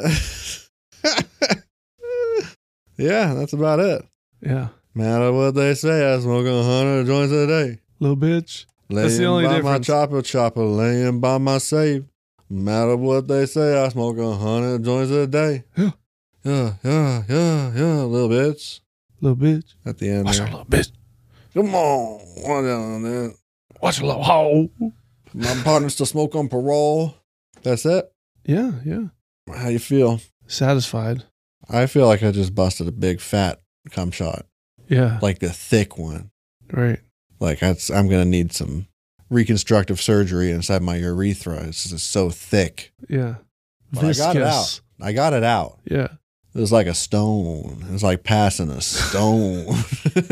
Speaker 1: yeah, that's about it.
Speaker 2: Yeah.
Speaker 1: Matter what they say, I smoke a hundred joints a day.
Speaker 2: Little bitch.
Speaker 1: Laying
Speaker 2: the only
Speaker 1: by my
Speaker 2: difference.
Speaker 1: chopper, chopper, laying by my safe. Matter what they say, I smoke a hundred joints a day.
Speaker 2: Yeah.
Speaker 1: yeah, yeah, yeah, yeah, little bitch.
Speaker 2: Little bitch.
Speaker 1: At the end,
Speaker 2: Watch
Speaker 1: there.
Speaker 2: a little bitch.
Speaker 1: come on, come on, man.
Speaker 2: Watch a little hoe.
Speaker 1: My partner's to smoke on parole. That's it.
Speaker 2: Yeah, yeah.
Speaker 1: How you feel?
Speaker 2: Satisfied.
Speaker 1: I feel like I just busted a big fat cum shot,
Speaker 2: Yeah.
Speaker 1: like the thick one.
Speaker 2: Right.
Speaker 1: Like that's, I'm gonna need some reconstructive surgery inside my urethra. This is so thick.
Speaker 2: Yeah.
Speaker 1: But I got it out. I got it out.
Speaker 2: Yeah.
Speaker 1: It was like a stone. It was like passing a stone. but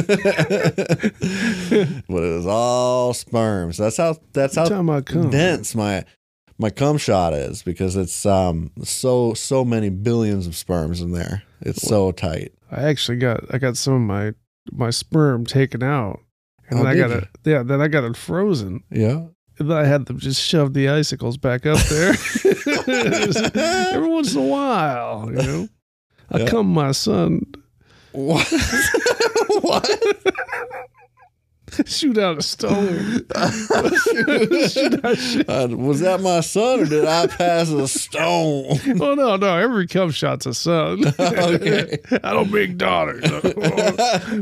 Speaker 1: it was all sperms. That's how. That's how
Speaker 2: Time I come.
Speaker 1: dense my my cum shot is because it's um so so many billions of sperms in there. It's so tight.
Speaker 2: I actually got I got some of my my sperm taken out. And
Speaker 1: Oh,
Speaker 2: then I
Speaker 1: did
Speaker 2: got it yeah, then I got it frozen.
Speaker 1: Yeah.
Speaker 2: And then I had them just shove the icicles back up there. Every once in a while, you know. I
Speaker 1: Yeah.
Speaker 2: come my son
Speaker 1: What? what?
Speaker 2: shoot out a stone. Shoot out shit.
Speaker 1: Uh, was that my son or did I pass a stone?
Speaker 2: Oh no, no, every cum shot's a son.
Speaker 1: Okay.
Speaker 2: I don't make daughters.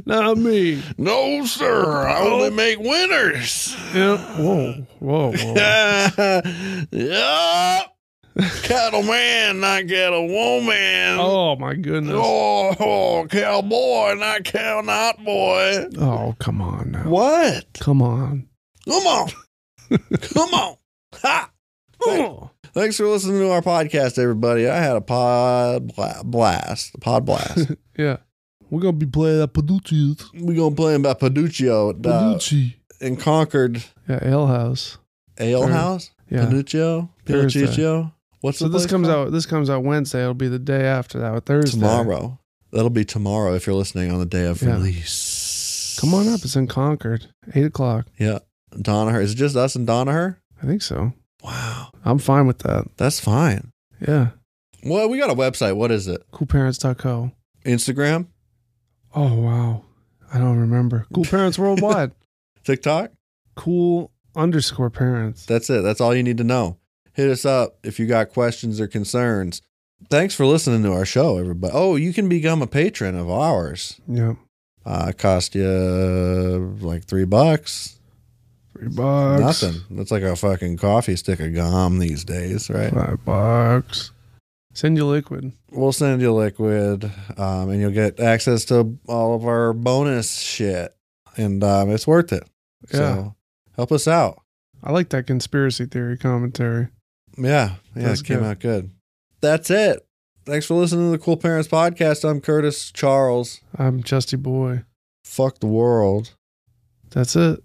Speaker 2: Not me.
Speaker 1: no, sir. I only make winners.
Speaker 2: Yeah. Whoa, whoa, whoa.
Speaker 1: yup. Cattle man, not cattle woman.
Speaker 2: Oh my goodness.
Speaker 1: Oh, oh, cowboy, not cow, not boy.
Speaker 2: Oh, come on now.
Speaker 1: What?
Speaker 2: Come on.
Speaker 1: Come on. Come on. Ha.
Speaker 2: Oh.
Speaker 1: Thanks for listening to our podcast, everybody. I had a pod bla- blast. A pod blast.
Speaker 2: Yeah. We're going to be playing that Paducci.
Speaker 1: We're going to play him by Paduccio at, uh,
Speaker 2: Paducci.
Speaker 1: in Concord
Speaker 2: Yeah, Ale House.
Speaker 1: Ale
Speaker 2: Sure.
Speaker 1: House.
Speaker 2: Yeah.
Speaker 1: Paduccio.
Speaker 2: Thursday.
Speaker 1: Paduccio. What's
Speaker 2: so
Speaker 1: the
Speaker 2: this
Speaker 1: place
Speaker 2: comes
Speaker 1: called?
Speaker 2: out this comes out Wednesday. It'll be the day after that, or Thursday.
Speaker 1: tomorrow. That'll be tomorrow if you're listening on the day of
Speaker 2: Yeah.
Speaker 1: release.
Speaker 2: Come on up. It's in Concord. Eight o'clock.
Speaker 1: Yeah. Donaher. Is it just us and Donaher?
Speaker 2: I think so.
Speaker 1: Wow.
Speaker 2: I'm fine with that.
Speaker 1: That's fine.
Speaker 2: Yeah.
Speaker 1: Well, we got a website. What is it?
Speaker 2: Coolparents.co.
Speaker 1: Instagram?
Speaker 2: Oh wow. I don't remember. Cool parents worldwide.
Speaker 1: TikTok?
Speaker 2: cool underscore parents.
Speaker 1: That's it. That's all you need to know. Hit us up if you got questions or concerns. Thanks for listening to our show, everybody. Oh, you can become a patron of ours.
Speaker 2: yeah.
Speaker 1: Uh, it cost you uh, like three bucks.
Speaker 2: Three bucks.
Speaker 1: Nothing. That's like a fucking coffee stick of gum these days, right?
Speaker 2: Five bucks. Send you liquid.
Speaker 1: We'll send you liquid, um, and you'll get access to all of our bonus shit, and um, it's worth it.
Speaker 2: Yeah.
Speaker 1: So help us out.
Speaker 2: I like that conspiracy theory commentary.
Speaker 1: Yeah, yeah,
Speaker 2: That's
Speaker 1: it came
Speaker 2: good.
Speaker 1: out good. That's it. Thanks for listening to the Cool Parents Podcast. I'm Curtis Charles.
Speaker 2: I'm Justy Boy.
Speaker 1: Fuck the world.
Speaker 2: That's it.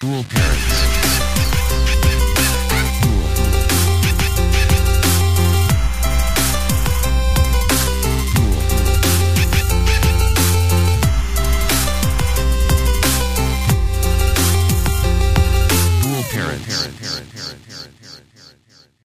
Speaker 5: Cool parents.